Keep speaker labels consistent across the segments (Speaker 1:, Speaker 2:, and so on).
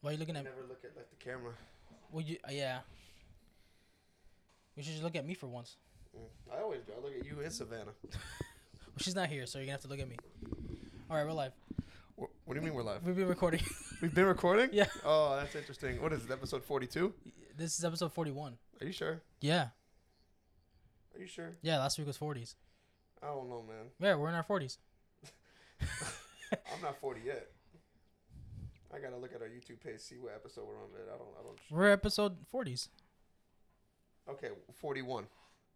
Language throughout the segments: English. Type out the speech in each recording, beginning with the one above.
Speaker 1: Why are you looking
Speaker 2: I
Speaker 1: at?
Speaker 2: never look at like the camera.
Speaker 1: Well, you uh, yeah. You should just look at me for once.
Speaker 2: Mm. I always do. I look at you and Savannah.
Speaker 1: Well, she's not here, so you're gonna have to look at me. All right, we're live.
Speaker 2: Wh- What do you mean we're live?
Speaker 1: We've been recording.
Speaker 2: We've been recording?
Speaker 1: Yeah.
Speaker 2: Oh, that's interesting. What is it, episode 42?
Speaker 1: this is episode 41.
Speaker 2: Are you sure?
Speaker 1: Yeah,
Speaker 2: Are you sure?
Speaker 1: yeah. Last week was 40s.
Speaker 2: I don't know, man.
Speaker 1: Yeah, we're in our 40s.
Speaker 2: I'm not 40 yet. I gotta look at our YouTube page, see what episode we're on, but I don't, I don't.
Speaker 1: We're episode 40s.
Speaker 2: Okay, 41.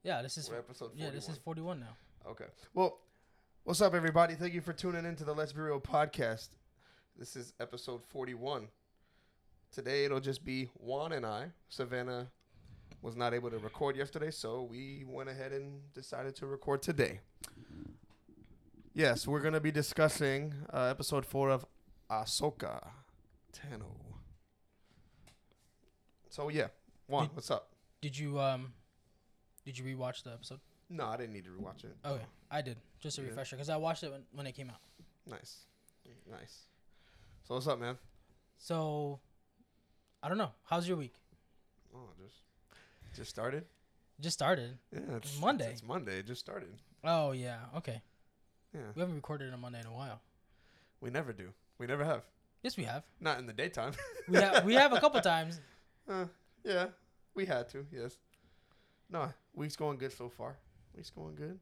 Speaker 1: Yeah, this is
Speaker 2: We're episode 41.
Speaker 1: yeah, this is 41 now.
Speaker 2: Okay. Well, what's up, everybody? Thank you for tuning in to the Let's Be Real podcast. This is episode 41. Today it'll just be Juan and I. Savannah was not able to record yesterday, so we went ahead and decided to record today. Yes, we're going to be discussing uh, episode 4 of Ahsoka Tano. So, yeah. Juan,
Speaker 1: Did-
Speaker 2: what's up?
Speaker 1: Did you um, did you rewatch the episode?
Speaker 2: No, I didn't need to rewatch it.
Speaker 1: Okay, I did. Just a
Speaker 2: You did?
Speaker 1: refresher, cause I watched it when, when it came out.
Speaker 2: Nice. Nice. So, what's up, man?
Speaker 1: So, I don't know. How's your week?
Speaker 2: Oh, just just started.
Speaker 1: Just started.
Speaker 2: Yeah, it's- it's
Speaker 1: Monday.
Speaker 2: It's, Monday. It just started.
Speaker 1: Oh yeah. Okay.
Speaker 2: Yeah,
Speaker 1: We haven't recorded on Monday in a while.
Speaker 2: we never do. We never have.
Speaker 1: Yes, we have.
Speaker 2: Not in the daytime.
Speaker 1: We have we have a couple times.
Speaker 2: uh, yeah, we had to. Yes. No, week's going good so far. Week's going good.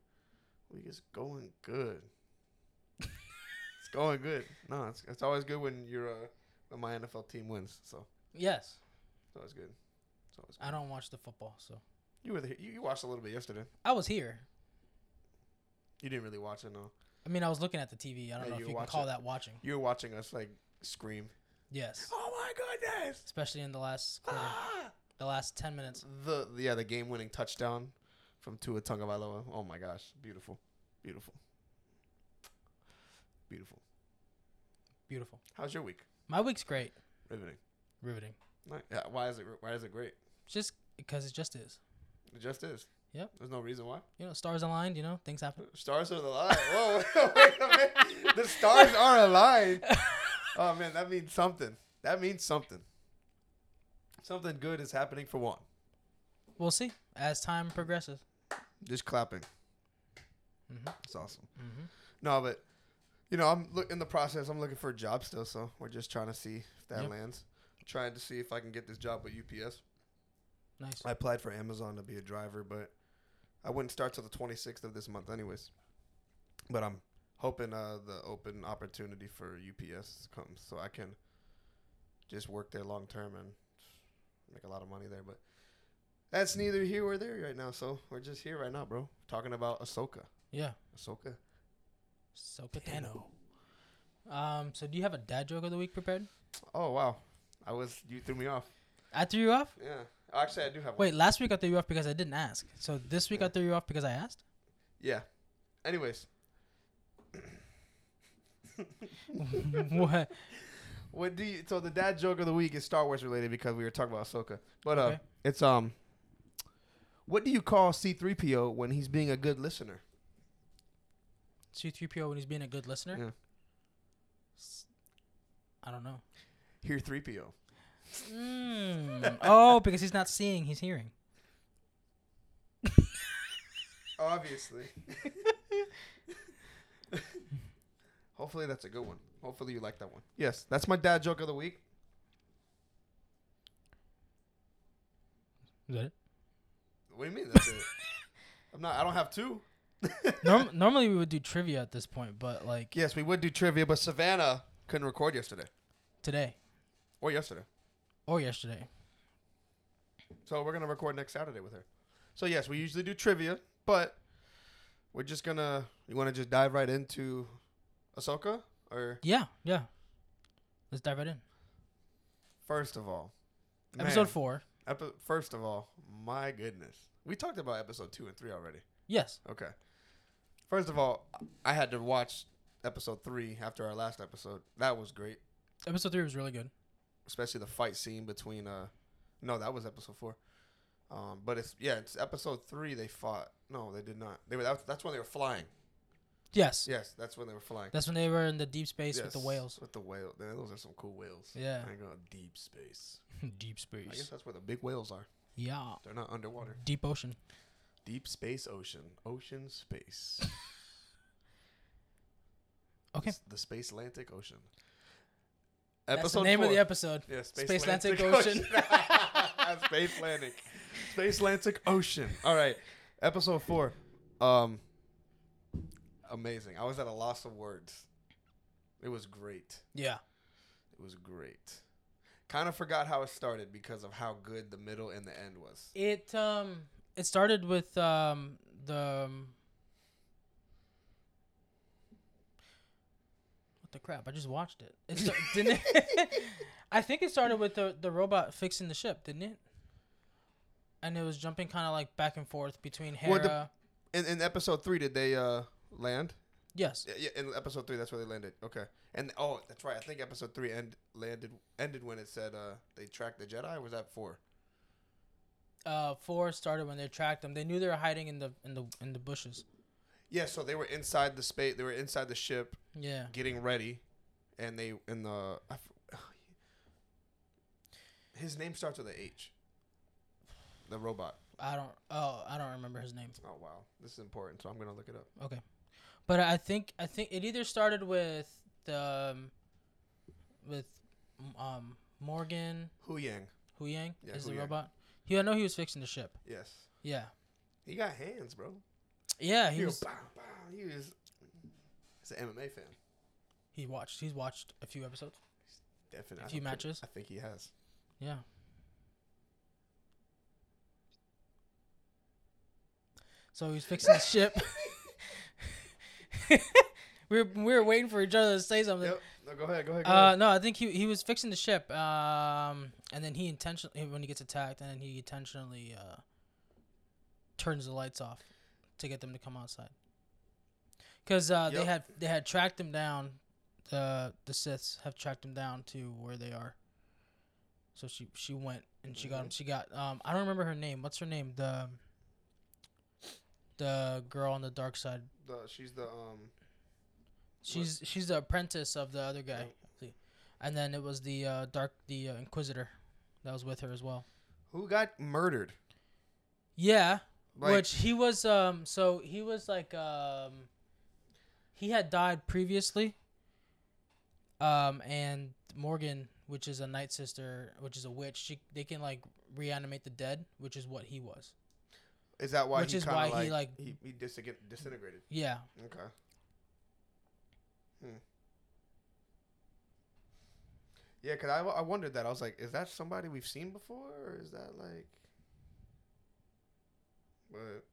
Speaker 2: Week is going good. it's going good. No, it's, it's always good when you're uh, when my NFL team wins. So
Speaker 1: Yes.
Speaker 2: it's always good. It's always good.
Speaker 1: I don't watch the football, so
Speaker 2: You were the, you, you watched a little bit yesterday.
Speaker 1: I was here.
Speaker 2: You didn't really watch it. No,
Speaker 1: I mean, I was looking at the TV. I don't
Speaker 2: Yeah,
Speaker 1: know if
Speaker 2: you
Speaker 1: you can
Speaker 2: watch
Speaker 1: call
Speaker 2: it.
Speaker 1: that watching.
Speaker 2: you were watching us like scream.
Speaker 1: Yes,
Speaker 2: Oh my goodness!
Speaker 1: especially in the last quarter,
Speaker 2: Ah!
Speaker 1: the last ten minutes.
Speaker 2: the yeah the game winning touchdown from Tua Tagovailoa. Oh my gosh, beautiful, beautiful, beautiful.
Speaker 1: Beautiful.
Speaker 2: How's your week?
Speaker 1: My week's great.
Speaker 2: Riveting.
Speaker 1: Riveting.
Speaker 2: Nice. Yeah, why is it why is it great?
Speaker 1: Just because it just is.
Speaker 2: It just is.
Speaker 1: Yep.
Speaker 2: There's no reason why.
Speaker 1: You know, stars aligned. You know, things happen.
Speaker 2: Stars are aligned. Whoa, wait a minute. The stars are aligned. Oh man, that means something. That means something. Something good is happening for one.
Speaker 1: We'll see as time progresses.
Speaker 2: Just clapping.
Speaker 1: Mhm.
Speaker 2: It's awesome.
Speaker 1: hmm
Speaker 2: No, but you know, I'm look in the process. I'm looking for a job still, so we're just trying to see if that
Speaker 1: Yep.
Speaker 2: lands. Trying to see if I can get this job with UPS.
Speaker 1: Nice.
Speaker 2: I applied for Amazon to be a driver, but I wouldn't start till the 26th of this month, anyways. But I'm hoping uh, the open opportunity for UPS comes, so I can just work there long term and make a lot of money there. But that's neither here or there right now. So we're just here right now, bro. Talking about Ahsoka.
Speaker 1: Yeah.
Speaker 2: Ahsoka.
Speaker 1: So Tano. Um. So do you have a dad joke of the week prepared?
Speaker 2: Oh wow, I was you threw me off.
Speaker 1: I threw you off.
Speaker 2: Yeah. Actually, I do have one.
Speaker 1: Wait, last week I threw you off because I didn't ask. So this week I
Speaker 2: Yeah.
Speaker 1: threw you off because I asked.
Speaker 2: Yeah. Anyways,
Speaker 1: what?
Speaker 2: what do you? So the dad joke of the week is Star Wars related because we were talking about Ahsoka. But uh,
Speaker 1: Okay.
Speaker 2: it's um, what do you call C three PO when he's being a good listener?
Speaker 1: C three PO when he's being a good listener.
Speaker 2: Yeah.
Speaker 1: S- I don't know.
Speaker 2: Here three PO.
Speaker 1: Mm. oh, because he's not seeing, he's hearing.
Speaker 2: Obviously. Hopefully that's a good one. Hopefully you like that one. Yes, that's my dad joke of the week.
Speaker 1: Is that it?
Speaker 2: What do you mean? That's it. I'm not. I don't have two.
Speaker 1: Norm- normally we would do trivia at this point, but like
Speaker 2: Yes, we would do trivia, but Savannah couldn't record yesterday
Speaker 1: today
Speaker 2: or yesterday.
Speaker 1: or yesterday.
Speaker 2: So we're gonna record next Saturday with her. So yes, we usually do trivia, but we're just gonna. You want to just dive right into Ahsoka, or
Speaker 1: Yeah, yeah. Let's dive right in.
Speaker 2: first of all, man,
Speaker 1: Episode four.
Speaker 2: epi- first of all, my goodness, we talked about episode two and three already.
Speaker 1: Yes.
Speaker 2: Okay. First of all, I had to watch episode three after our last episode. That was great,
Speaker 1: Episode three was really good.
Speaker 2: especially the fight scene between. uh No, that was episode four. Um, but it's yeah, it's episode three. They fought. No, they did not. They were that's, that's when they were flying.
Speaker 1: Yes.
Speaker 2: Yes, that's when they were flying.
Speaker 1: That's when they were in the deep space with the
Speaker 2: Yes,
Speaker 1: whales.
Speaker 2: With the whales. Those are some cool whales.
Speaker 1: Yeah.
Speaker 2: I go deep space.
Speaker 1: deep
Speaker 2: I guess
Speaker 1: space.
Speaker 2: that's where the big whales are.
Speaker 1: Yeah.
Speaker 2: They're not underwater.
Speaker 1: Deep ocean.
Speaker 2: Deep space ocean. Ocean space.
Speaker 1: Okay.
Speaker 2: It's the Space Atlantic Ocean.
Speaker 1: That's the name of the
Speaker 2: four.
Speaker 1: episode.
Speaker 2: Yeah,
Speaker 1: Space Atlantic
Speaker 2: Ocean. Space Atlantic. Space Atlantic Ocean. All right. Episode four. Um amazing. I was at a loss of words. It was great.
Speaker 1: Yeah.
Speaker 2: It was great. Kind of forgot how it started because of how good the middle and the end was.
Speaker 1: It um it started with um the um, what the crap? I just watched it. It sta- didn't. It? I think it started with the the robot fixing the ship, didn't it? And it was jumping kind of like back and forth between Hera.
Speaker 2: Well, the- In, in episode three, did they uh land?
Speaker 1: yes.
Speaker 2: Yeah, yeah, in episode three, that's where they landed. Okay, and oh, that's right. I think episode three end landed ended when it said uh they tracked the Jedi. Or was that four?
Speaker 1: Uh, four started when they tracked them. They knew they were hiding in the in the in the bushes.
Speaker 2: Yeah, so they were inside the space. They were inside the ship
Speaker 1: Yeah.
Speaker 2: getting ready, and they in the. I f- his name starts with a H. The robot.
Speaker 1: I don't. Oh, I don't remember his name.
Speaker 2: Oh wow, this is important. So I'm gonna look it up.
Speaker 1: Okay, but I think I think it either started with the um, with um Morgan
Speaker 2: Hu Yang.
Speaker 1: Hu Yang
Speaker 2: Yeah,
Speaker 1: is
Speaker 2: Hu
Speaker 1: the
Speaker 2: Yang.
Speaker 1: robot. He I know he was fixing the ship.
Speaker 2: Yes,
Speaker 1: Yeah,
Speaker 2: he got hands, bro.
Speaker 1: yeah.
Speaker 2: He,
Speaker 1: He
Speaker 2: was.
Speaker 1: was,
Speaker 2: Bow, bow. He was. He's an MMA fan.
Speaker 1: he watched. He's watched a few episodes.
Speaker 2: Definitely.
Speaker 1: A
Speaker 2: I
Speaker 1: few
Speaker 2: don't think-
Speaker 1: matches.
Speaker 2: I think he has.
Speaker 1: Yeah. So he's fixing the ship. we were, we were waiting for each other to say something.
Speaker 2: Yep. No, go ahead. Go ahead. Go ahead.
Speaker 1: Uh, no, I think he he was fixing the ship. Um, and then he intentionally when he gets attacked, and then he intentionally uh, turns the lights off to get them to come outside. Cause uh, they
Speaker 2: Yep.
Speaker 1: had they had tracked him down. The the Siths have tracked him down to where they are. So she she went and
Speaker 2: Mm-hmm.
Speaker 1: she got him. She got um I don't remember her name. What's her name? The the girl on the dark side.
Speaker 2: The, she's the um.
Speaker 1: She's she's the apprentice of the other guy, and then it was the uh, dark the uh, Inquisitor that was with her as well.
Speaker 2: Who got murdered?
Speaker 1: Yeah,
Speaker 2: Like,
Speaker 1: which he was um so he was like um he had died previously. Um and Morgan, which is a night sister, which is a witch, she they can like reanimate the dead, which is what he was.
Speaker 2: is that why?
Speaker 1: which
Speaker 2: he
Speaker 1: is
Speaker 2: kinda
Speaker 1: why he,
Speaker 2: like,
Speaker 1: like-
Speaker 2: he he disig- disintegrated.
Speaker 1: Yeah,
Speaker 2: Okay. Hmm. Yeah, cause I, I wondered that. I was like, is that somebody we've seen before, or is that like? But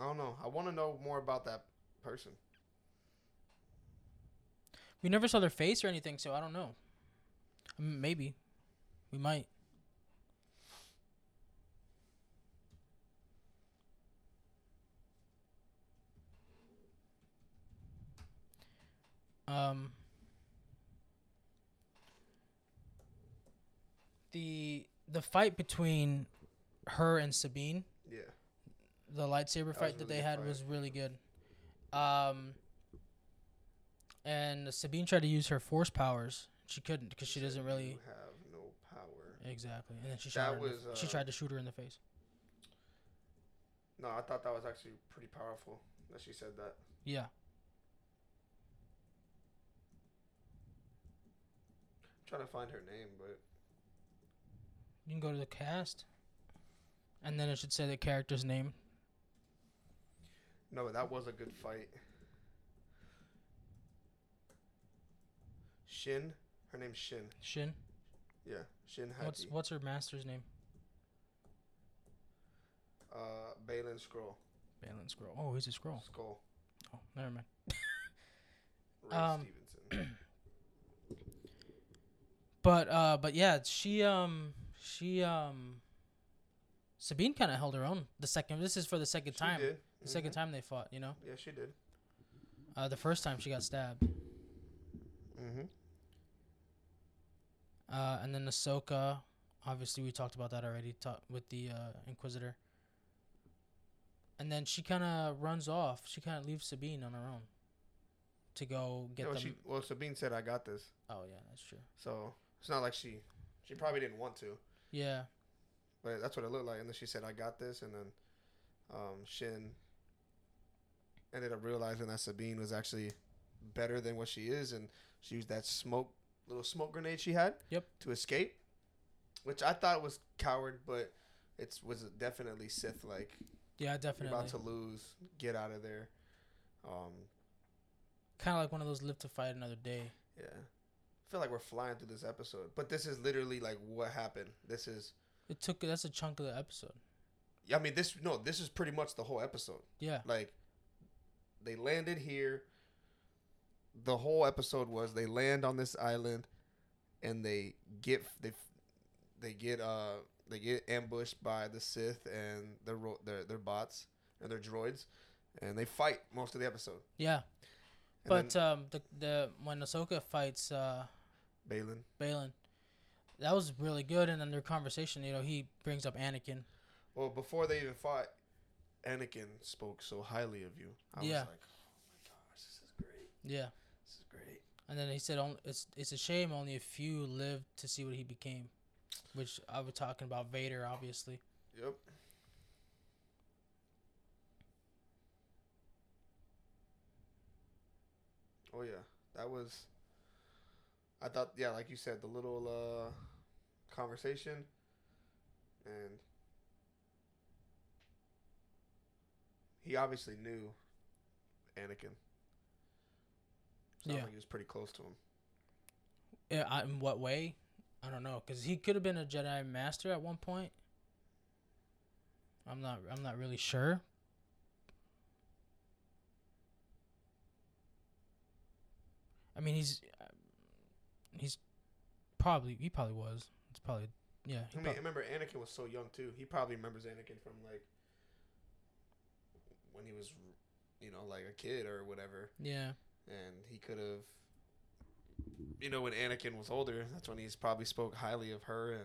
Speaker 2: I don't know. I want to know more about that person.
Speaker 1: we never saw their face or anything, so I don't know. M- Maybe, we might. Um, the the fight between her and Sabine,
Speaker 2: Yeah.
Speaker 1: the lightsaber
Speaker 2: was
Speaker 1: fight
Speaker 2: really
Speaker 1: that they
Speaker 2: good
Speaker 1: had
Speaker 2: fight.
Speaker 1: was really good. Um, and Sabine tried to use her force powers. She couldn't because she
Speaker 2: said,
Speaker 1: doesn't really
Speaker 2: "You have no power.
Speaker 1: exactly. And then she shot.
Speaker 2: That
Speaker 1: her in the-
Speaker 2: was,
Speaker 1: she
Speaker 2: uh,
Speaker 1: tried to shoot her in the face.
Speaker 2: No, I thought that was actually pretty powerful that she said that.
Speaker 1: Yeah,
Speaker 2: trying to find her name, but
Speaker 1: you can go to the cast, and then it should say the character's name.
Speaker 2: no, that was a good fight. Shin, her name's Shin.
Speaker 1: Shin.
Speaker 2: Yeah, Shin
Speaker 1: What's
Speaker 2: Hati.
Speaker 1: what's her master's name?
Speaker 2: Uh, Balin Scroll.
Speaker 1: Balin Scroll. Oh, he's a scroll.
Speaker 2: Skull.
Speaker 1: Oh, never mind.
Speaker 2: Ray
Speaker 1: Um,
Speaker 2: Stevenson.
Speaker 1: But uh, but yeah, she um she um. Sabine kind of held her own the second. This is for the second
Speaker 2: She
Speaker 1: time.
Speaker 2: did. Mm-hmm.
Speaker 1: The second time they fought, you know.
Speaker 2: Yeah, she did.
Speaker 1: Uh, the first time she got stabbed,
Speaker 2: Mm-hmm.
Speaker 1: uh, and then Ahsoka. Obviously, we talked about that already. Talk with the uh, Inquisitor, and then she kind of runs off. She kind of leaves Sabine on her own to go get
Speaker 2: Yeah, well,
Speaker 1: them.
Speaker 2: Oh, she, well, Sabine said, I got this.
Speaker 1: oh yeah, that's true.
Speaker 2: So it's not like she, she probably didn't want to,
Speaker 1: Yeah,
Speaker 2: but that's what it looked like. And then she said, I got this. And then um, Shin ended up realizing that Sabine was actually better than what she is. And she used that smoke, little smoke grenade she had
Speaker 1: Yep.
Speaker 2: to escape, which I thought was coward, but it was definitely Sith like.
Speaker 1: yeah,
Speaker 2: You're
Speaker 1: definitely.
Speaker 2: about to lose. Get out of there. Um,
Speaker 1: Kind of like one of those live to fight another day.
Speaker 2: yeah. I feel like we're flying through this episode, but this is literally like what happened. This is,
Speaker 1: It took that's a chunk of the episode.
Speaker 2: I mean, this no, this is pretty much the whole episode.
Speaker 1: Yeah,
Speaker 2: Like, they landed here. The whole episode was they land on this island, and they get they they get uh they get ambushed by the Sith and their ro- their their bots and their droids, and they fight most of the episode.
Speaker 1: yeah.
Speaker 2: And
Speaker 1: But
Speaker 2: then
Speaker 1: um, the the when Ahsoka fights uh
Speaker 2: Balin.
Speaker 1: Balin, that was really good. And then their conversation, you know, he brings up Anakin.
Speaker 2: Well, before they even fought, Anakin spoke so highly of you. I
Speaker 1: Yeah.
Speaker 2: was like, oh my gosh, this is great.
Speaker 1: Yeah,
Speaker 2: This is great.
Speaker 1: and then he said, "Only it's it's a shame only a few lived to see what he became," which I was talking about Vader, obviously.
Speaker 2: Yep. Oh yeah, that was. I thought, yeah, like you said, the little uh, conversation, and he obviously knew Anakin. Sounds
Speaker 1: Yeah.
Speaker 2: like he was pretty close to him.
Speaker 1: Yeah, I, in what way? I don't know, cause he could have been a Jedi Master at one point. I'm not. I'm not really sure. I mean, he's uh, he's probably he probably was. It's probably
Speaker 2: I
Speaker 1: yeah. He
Speaker 2: mean,
Speaker 1: prob-
Speaker 2: remember Anakin was so young too. He probably remembers Anakin from like when he was, you know, like a kid or whatever.
Speaker 1: yeah,
Speaker 2: And he could have, you know, when Anakin was older, that's when he's probably spoke highly of her. And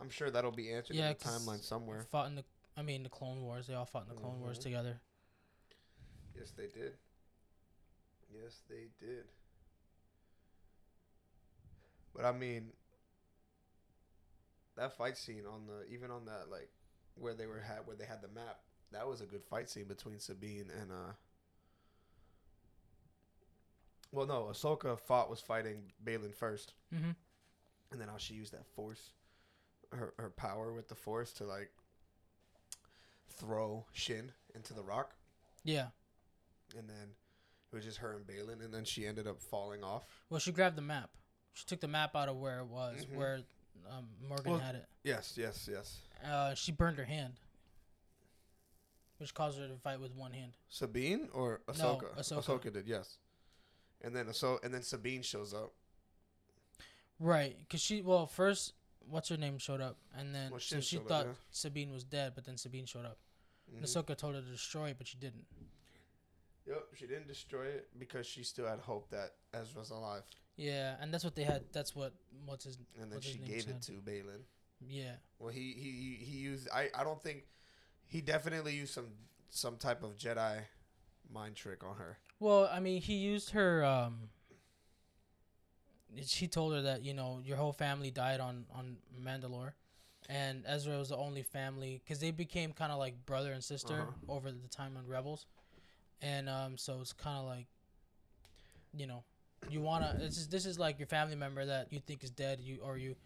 Speaker 2: I'm sure that'll be answered
Speaker 1: Yeah,
Speaker 2: in the
Speaker 1: 'cause-
Speaker 2: timeline somewhere.
Speaker 1: fought in the. I mean, the Clone Wars. They all fought in the Clone Wars
Speaker 2: Mhm.
Speaker 1: together.
Speaker 2: Yes, they did. Yes, they did. But I mean, that fight scene on the even on that like where they were had where they had the map. That was a good fight scene between Sabine and uh. Well, no, Ahsoka fought was fighting Balin first,
Speaker 1: Mm-hmm.
Speaker 2: and then how she used that force, her her power with the force to like throw Shin into the rock
Speaker 1: Yeah.
Speaker 2: and then it was just her and Balin, and then she ended up falling off.
Speaker 1: Well, she grabbed the map. She took the map out of where it was,
Speaker 2: Mhm.
Speaker 1: where um, Morgan
Speaker 2: Well-
Speaker 1: had it.
Speaker 2: Yes, yes, yes.
Speaker 1: Uh, she burned her hand, which caused her to fight with one hand.
Speaker 2: Sabine or
Speaker 1: No,
Speaker 2: Ahsoka?
Speaker 1: Ahsoka.
Speaker 2: did, yes. And then so and then Sabine shows up.
Speaker 1: Right, because she well first what's her name showed up, and then
Speaker 2: Well,
Speaker 1: so
Speaker 2: Shin
Speaker 1: she
Speaker 2: showed up,
Speaker 1: thought
Speaker 2: yeah.
Speaker 1: Sabine was dead, but then Sabine showed up.
Speaker 2: Mhm.
Speaker 1: And Ahsoka told her to destroy it, but she didn't.
Speaker 2: Yep, she didn't destroy it because she still had hope that Ezra's alive,
Speaker 1: Yeah, and that's what they had. That's what what's his
Speaker 2: and then
Speaker 1: What's his
Speaker 2: she
Speaker 1: name
Speaker 2: gave
Speaker 1: said?
Speaker 2: it to Balin.
Speaker 1: yeah
Speaker 2: Well, he he he he used. I I don't think he definitely used some some type of Jedi mind trick on her.
Speaker 1: Well, I mean, he used her. Um, she told her that you know your whole family died on on Mandalore, and Ezra was the only family because they became kind of like brother and sister
Speaker 2: Uh-huh.
Speaker 1: over the time on Rebels, and um, so it's kind of like, you know, you wanna this is this is like your family member that you think is dead you or you,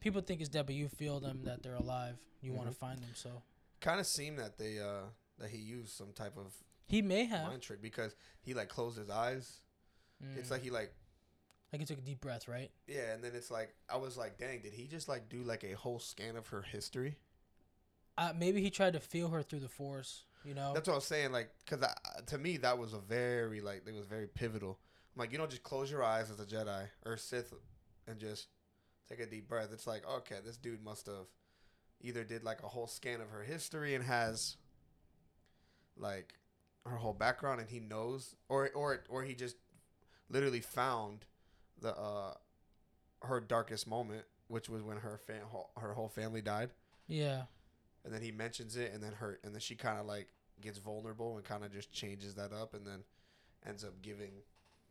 Speaker 1: people think is dead but you feel them that they're alive you want to
Speaker 2: Mhm.
Speaker 1: find them so
Speaker 2: Kind of seemed that they uh that he used some type of
Speaker 1: he may have
Speaker 2: mind trick because he like closed his eyes. It's
Speaker 1: Mm.
Speaker 2: like he like
Speaker 1: like he took a deep breath right
Speaker 2: Yeah, and then it's like I was like, dang, did he just like do like a whole scan of her history?
Speaker 1: uh, maybe he tried to feel her through the force you know
Speaker 2: That's what I was saying, like, because to me that was a very like it was very pivotal. I'm like, you don't just close your eyes as a Jedi or Sith and just take a deep breath. It's like, okay, this dude must have either did like a whole scan of her history and has like her whole background and he knows, or or or he just literally found the uh her darkest moment, which was when her fam- her whole family died.
Speaker 1: Yeah,
Speaker 2: and then he mentions it and then her and then she kind of like gets vulnerable and kind of just changes that up and then ends up giving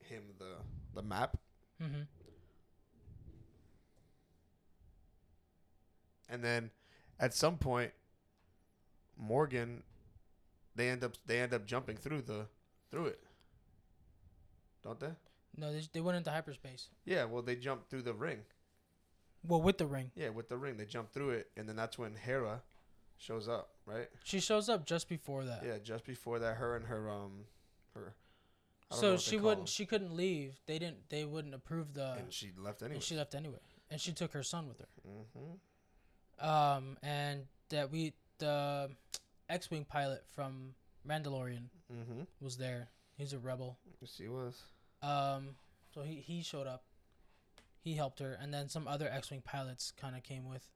Speaker 2: him the the map
Speaker 1: Mm-hmm.
Speaker 2: and then at some point Morgan they end up they end up jumping through the through it don't they
Speaker 1: No, they, they went into hyperspace.
Speaker 2: yeah well they jump through the ring
Speaker 1: Well, with the ring,
Speaker 2: yeah with the ring they jump through it and then that's when Hera shows up right
Speaker 1: she shows up just before that.
Speaker 2: yeah just before that her and her um her I don't know
Speaker 1: So
Speaker 2: what they
Speaker 1: she
Speaker 2: call
Speaker 1: wouldn't.
Speaker 2: 'em.
Speaker 1: She couldn't leave. They didn't. They wouldn't approve the.
Speaker 2: and she left anyway
Speaker 1: And she left anyway. And she took her son with her.
Speaker 2: mm-hmm.
Speaker 1: Um, and that we the X-wing pilot from Mandalorian
Speaker 2: Mm-hmm.
Speaker 1: was there. He's a rebel.
Speaker 2: She was.
Speaker 1: Um, so he he showed up. He helped her, and then some other X-wing pilots kind of came with.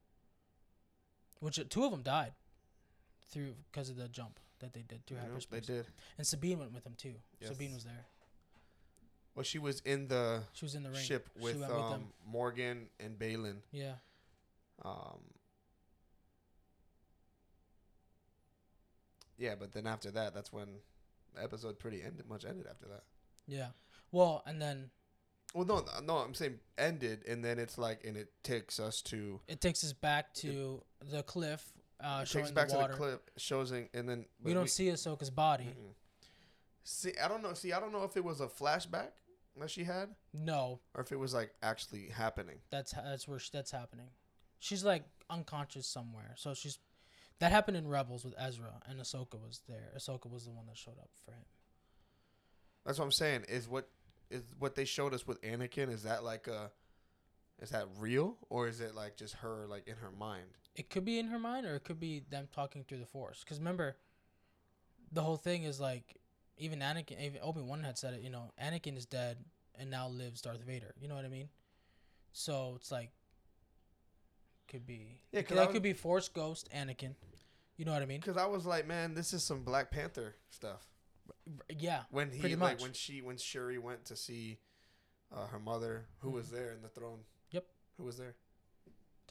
Speaker 1: Which uh, two of them died, through because of the jump that they did through
Speaker 2: Yep,
Speaker 1: hyperspace.
Speaker 2: they did.
Speaker 1: And Sabine went with them too. Sabine
Speaker 2: Yes.
Speaker 1: was there.
Speaker 2: Well, she was in the
Speaker 1: She was in the ring.
Speaker 2: ship
Speaker 1: She
Speaker 2: with,
Speaker 1: went with
Speaker 2: um,
Speaker 1: them.
Speaker 2: Morgan and Balin.
Speaker 1: Yeah.
Speaker 2: Um, yeah, but then after that, that's when the episode pretty ended. Much ended after that.
Speaker 1: Yeah. Well, and then
Speaker 2: Well, no, no, I'm saying ended, and then it's like, and it takes us to
Speaker 1: it takes us back to the cliff, uh,
Speaker 2: it
Speaker 1: showing
Speaker 2: takes back
Speaker 1: the
Speaker 2: to
Speaker 1: water.
Speaker 2: the clip, shows, and and then
Speaker 1: we
Speaker 2: but
Speaker 1: don't see Ahsoka's body.
Speaker 2: mm-mm. See, I don't know. See, I don't know if it was a flashback that she had,
Speaker 1: No,
Speaker 2: or if it was like actually happening.
Speaker 1: that's ha- that's where sh- that's happening. She's like unconscious somewhere. So she's that happened in Rebels with Ezra, and Ahsoka was there. Ahsoka was the one that showed up for him.
Speaker 2: That's what I'm saying. Is what is what they showed us with Anakin? Is that like a is that real or is it like just her like in her mind?
Speaker 1: It could be in her mind, or it could be them talking through the Force. Because remember, the whole thing is like even Anakin, even Obi Wan had said it. You know, Anakin is dead, and now lives Darth Vader. You know what I mean? So it's like could be
Speaker 2: Yeah, 'cause
Speaker 1: it could,
Speaker 2: I
Speaker 1: that
Speaker 2: was-
Speaker 1: could be Force Ghost Anakin. You know what I mean?
Speaker 2: Because I was like, man, this is some Black Panther stuff.
Speaker 1: Yeah,
Speaker 2: When he
Speaker 1: Pretty
Speaker 2: like
Speaker 1: much.
Speaker 2: when she when Shuri went to see uh, her mother, who was there in the throne.
Speaker 1: Mm-hmm. Yep.
Speaker 2: Who was there?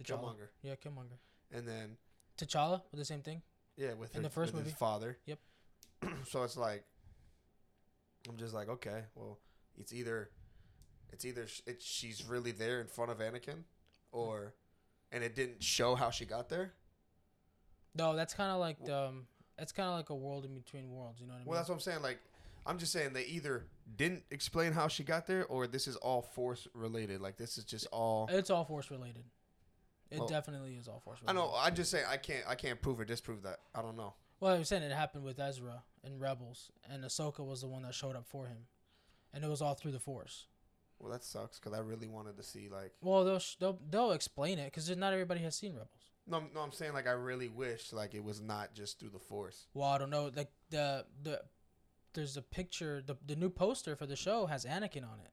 Speaker 1: T'Challa.
Speaker 2: Killmonger.
Speaker 1: Yeah, Killmonger.
Speaker 2: And then
Speaker 1: T'Challa with the same thing.
Speaker 2: yeah, with her,
Speaker 1: In the first
Speaker 2: with his
Speaker 1: movie.
Speaker 2: father.
Speaker 1: Yep.
Speaker 2: so it's like I'm just like, okay, well, it's either it's either sh- it's, she's really there in front of Anakin, or and it didn't show how she got there.
Speaker 1: No, that's kind of like the. Um, that's kind of like a world in between worlds. You know what I mean?
Speaker 2: Well, that's what I'm saying. Like, I'm just saying they either didn't explain how she got there, or this is all force related. Like, this is just all.
Speaker 1: it's all force related. It
Speaker 2: Well,
Speaker 1: definitely is all force
Speaker 2: I
Speaker 1: related.
Speaker 2: know. uh I'm just saying I can't. I can't prove or disprove that. I don't know.
Speaker 1: Well, I was saying it happened with Ezra and Rebels, and Ahsoka was the one that showed up for him, and it was all through the force.
Speaker 2: Well, that sucks because I really wanted to see. Like,
Speaker 1: Well, they'll sh- they'll, they'll explain it because not everybody has seen Rebels.
Speaker 2: no, no. I'm saying like I really wish like it was not just through the force.
Speaker 1: Well, I don't know. Like the the there's a picture. The the new poster for the show has Anakin on it.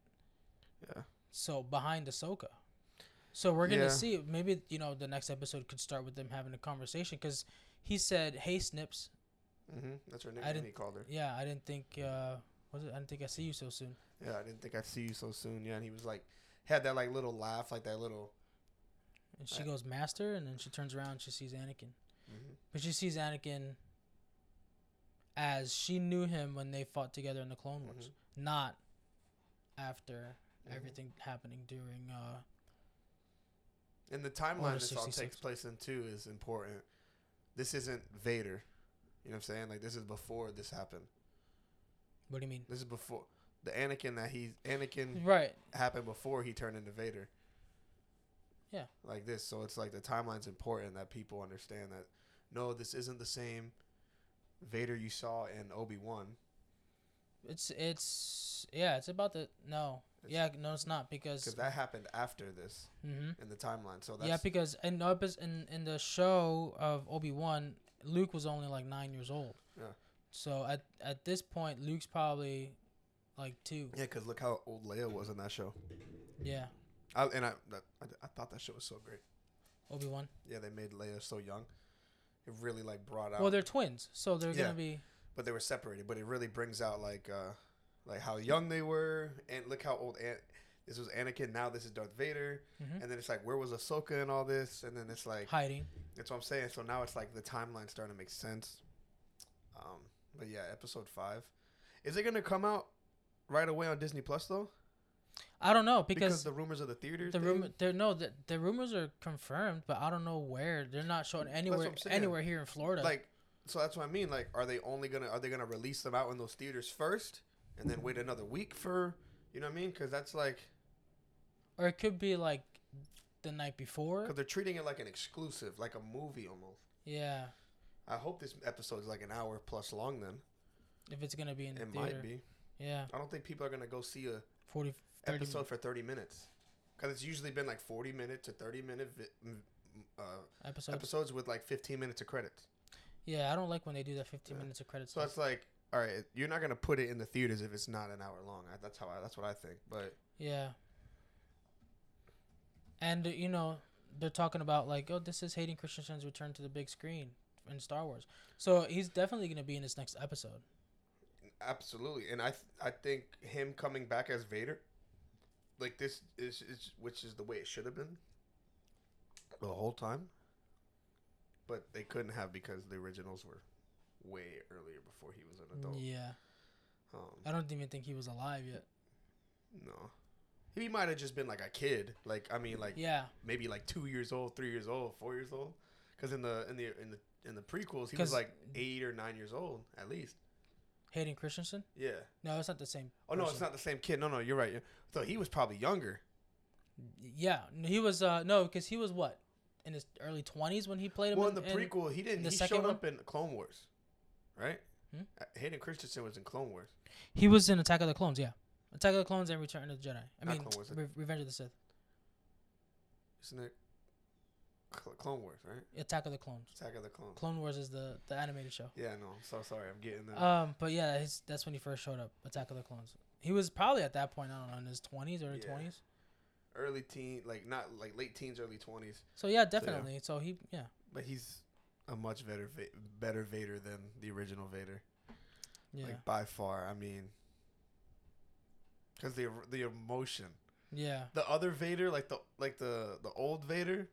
Speaker 2: Yeah.
Speaker 1: So behind Ahsoka. So we're gonna
Speaker 2: Yeah.
Speaker 1: see. Maybe you know the next episode could start with them having a conversation because he said, "Hey Snips,
Speaker 2: Mm-hmm. That's her
Speaker 1: I
Speaker 2: nickname.
Speaker 1: didn't-
Speaker 2: He called her.
Speaker 1: yeah, I didn't think uh, was it? I didn't think I see you so soon."
Speaker 2: Yeah, I didn't think I'd see you so soon. Yeah, and he was like, had that like little laugh, like that little.
Speaker 1: And she
Speaker 2: I-
Speaker 1: goes, "Master," and then she turns around. and She sees Anakin,
Speaker 2: Mm-hmm.
Speaker 1: but she sees Anakin as she knew him when they fought together in the Clone Wars,
Speaker 2: Mhm.
Speaker 1: not after
Speaker 2: Mhm.
Speaker 1: everything happening during uh
Speaker 2: And the
Speaker 1: Order
Speaker 2: timeline this all
Speaker 1: 66.
Speaker 2: takes place in too is important. This isn't Vader. You know what I'm saying? Like this is before this happened.
Speaker 1: what do you mean
Speaker 2: This is before the Anakin that he Anakin
Speaker 1: right
Speaker 2: happened before he turned into Vader.
Speaker 1: Yeah.
Speaker 2: Like this, so it's like the timeline's important that people understand that no, this isn't the same Vader you saw in Obi Wan.
Speaker 1: it's it's yeah it's about the no
Speaker 2: It's-
Speaker 1: yeah no it's not
Speaker 2: Because
Speaker 1: because
Speaker 2: that happened after this
Speaker 1: hmm
Speaker 2: in the timeline. So that's
Speaker 1: yeah because in the epis- in in the show of Obi-Wan Luke was only like 9 years old
Speaker 2: Yeah.
Speaker 1: so at at this point Luke's probably like 2
Speaker 2: Yeah, because look how old Leia was in that show.
Speaker 1: yeah
Speaker 2: I, and I, that, I, I thought that show was so great.
Speaker 1: Obi-Wan
Speaker 2: Yeah, they made Leia so young. It really like brought out,
Speaker 1: well they're twins so they're
Speaker 2: Yeah.
Speaker 1: gonna be
Speaker 2: but they were separated. But it really brings out like, uh like how young they were, and look how old. An- this was Anakin. Now this is Darth Vader.
Speaker 1: Mhm.
Speaker 2: And then it's like, where was Ahsoka and all this? And then it's like,
Speaker 1: hiding
Speaker 2: that's what I'm saying. So now it's like the timeline starting to make sense. Um, But yeah, episode five. Is it gonna come out right away on Disney Plus though?
Speaker 1: I don't know
Speaker 2: Because
Speaker 1: because,
Speaker 2: the rumors of the theaters.
Speaker 1: the
Speaker 2: thing?
Speaker 1: rumor there no the, the rumors are confirmed, but I don't know where they're not showing anywhere
Speaker 2: I'm saying.
Speaker 1: anywhere here in Florida.
Speaker 2: Like, so that's what I mean. Like, are they only gonna are they gonna release them out in those theaters first, and then wait another week for you know what I mean? Because that's like
Speaker 1: or it could be like the night before.
Speaker 2: because they're treating it like an exclusive, like a movie almost.
Speaker 1: Yeah,
Speaker 2: I hope this episode is like an hour plus long. Then
Speaker 1: if it's gonna be in the
Speaker 2: it
Speaker 1: theater.
Speaker 2: might be.
Speaker 1: Yeah,
Speaker 2: I don't think people are gonna go see a
Speaker 1: 40, 30
Speaker 2: episode for thirty minutes because it's usually been like forty minute to thirty minute vi- m- m- uh,
Speaker 1: episodes.
Speaker 2: episodes with like fifteen minutes of credits.
Speaker 1: Yeah, I don't like when they do that fifteen
Speaker 2: Yeah.
Speaker 1: minutes of credits.
Speaker 2: So it's like, all right, you're not gonna put it in the theaters if it's not an hour long. I, that's how I, that's what I think. But
Speaker 1: Yeah. And uh, you know, they're talking about like, oh, this is Hayden Christensen's return to the big screen in Star Wars. So he's definitely gonna be in this next episode.
Speaker 2: absolutely, and I th- I think him coming back as Vader, like this is, is which is the way it should have been the whole time. But they couldn't have because the originals were way earlier before he was an adult.
Speaker 1: Yeah,
Speaker 2: Um,
Speaker 1: I don't even think he was alive yet.
Speaker 2: no, he might have just been like a kid. Like I mean, like
Speaker 1: Yeah,
Speaker 2: maybe like two years old, three years old, four years old. Because in the in the in the in the prequels, he was
Speaker 1: 'Cause-
Speaker 2: like eight or nine years old at least.
Speaker 1: Hayden Christensen.
Speaker 2: Yeah.
Speaker 1: No, it's not the same.
Speaker 2: Oh no, it's
Speaker 1: person.
Speaker 2: not the same kid. No, no, you're right. So he was probably younger.
Speaker 1: Yeah, n- he was. uh No, because he was what in his early twenties when he played him.
Speaker 2: Well, in
Speaker 1: in,
Speaker 2: the
Speaker 1: in-
Speaker 2: prequel, he didn't.
Speaker 1: the
Speaker 2: he
Speaker 1: second
Speaker 2: showed
Speaker 1: one?
Speaker 2: up in Clone Wars, right?
Speaker 1: Hmm?
Speaker 2: Uh, Hayden Christensen was in Clone Wars.
Speaker 1: he was in Attack of the Clones. Yeah, Attack of the Clones and Return of the Jedi. I
Speaker 2: Not
Speaker 1: mean,
Speaker 2: Clone Wars,
Speaker 1: Re- Revenge of the Sith.
Speaker 2: Isn't it Cl- Clone Wars, right?
Speaker 1: Attack of the Clones.
Speaker 2: Attack of the Clones.
Speaker 1: Clone Wars is the the animated show.
Speaker 2: Yeah, no, I'm so sorry. I'm getting that.
Speaker 1: Um, but yeah, his, that's when he first showed up. Attack of the Clones. He was probably at that point, I don't know, in his twenties, early
Speaker 2: Yeah.
Speaker 1: twenties.
Speaker 2: early teen, like not like late teens, early twenties.
Speaker 1: So yeah, definitely. So, he, yeah,
Speaker 2: But he's a much better Va- better Vader than the original Vader.
Speaker 1: yeah,
Speaker 2: Like by far, I mean, because the the emotion,
Speaker 1: yeah,
Speaker 2: the other Vader, like the like the the old Vader,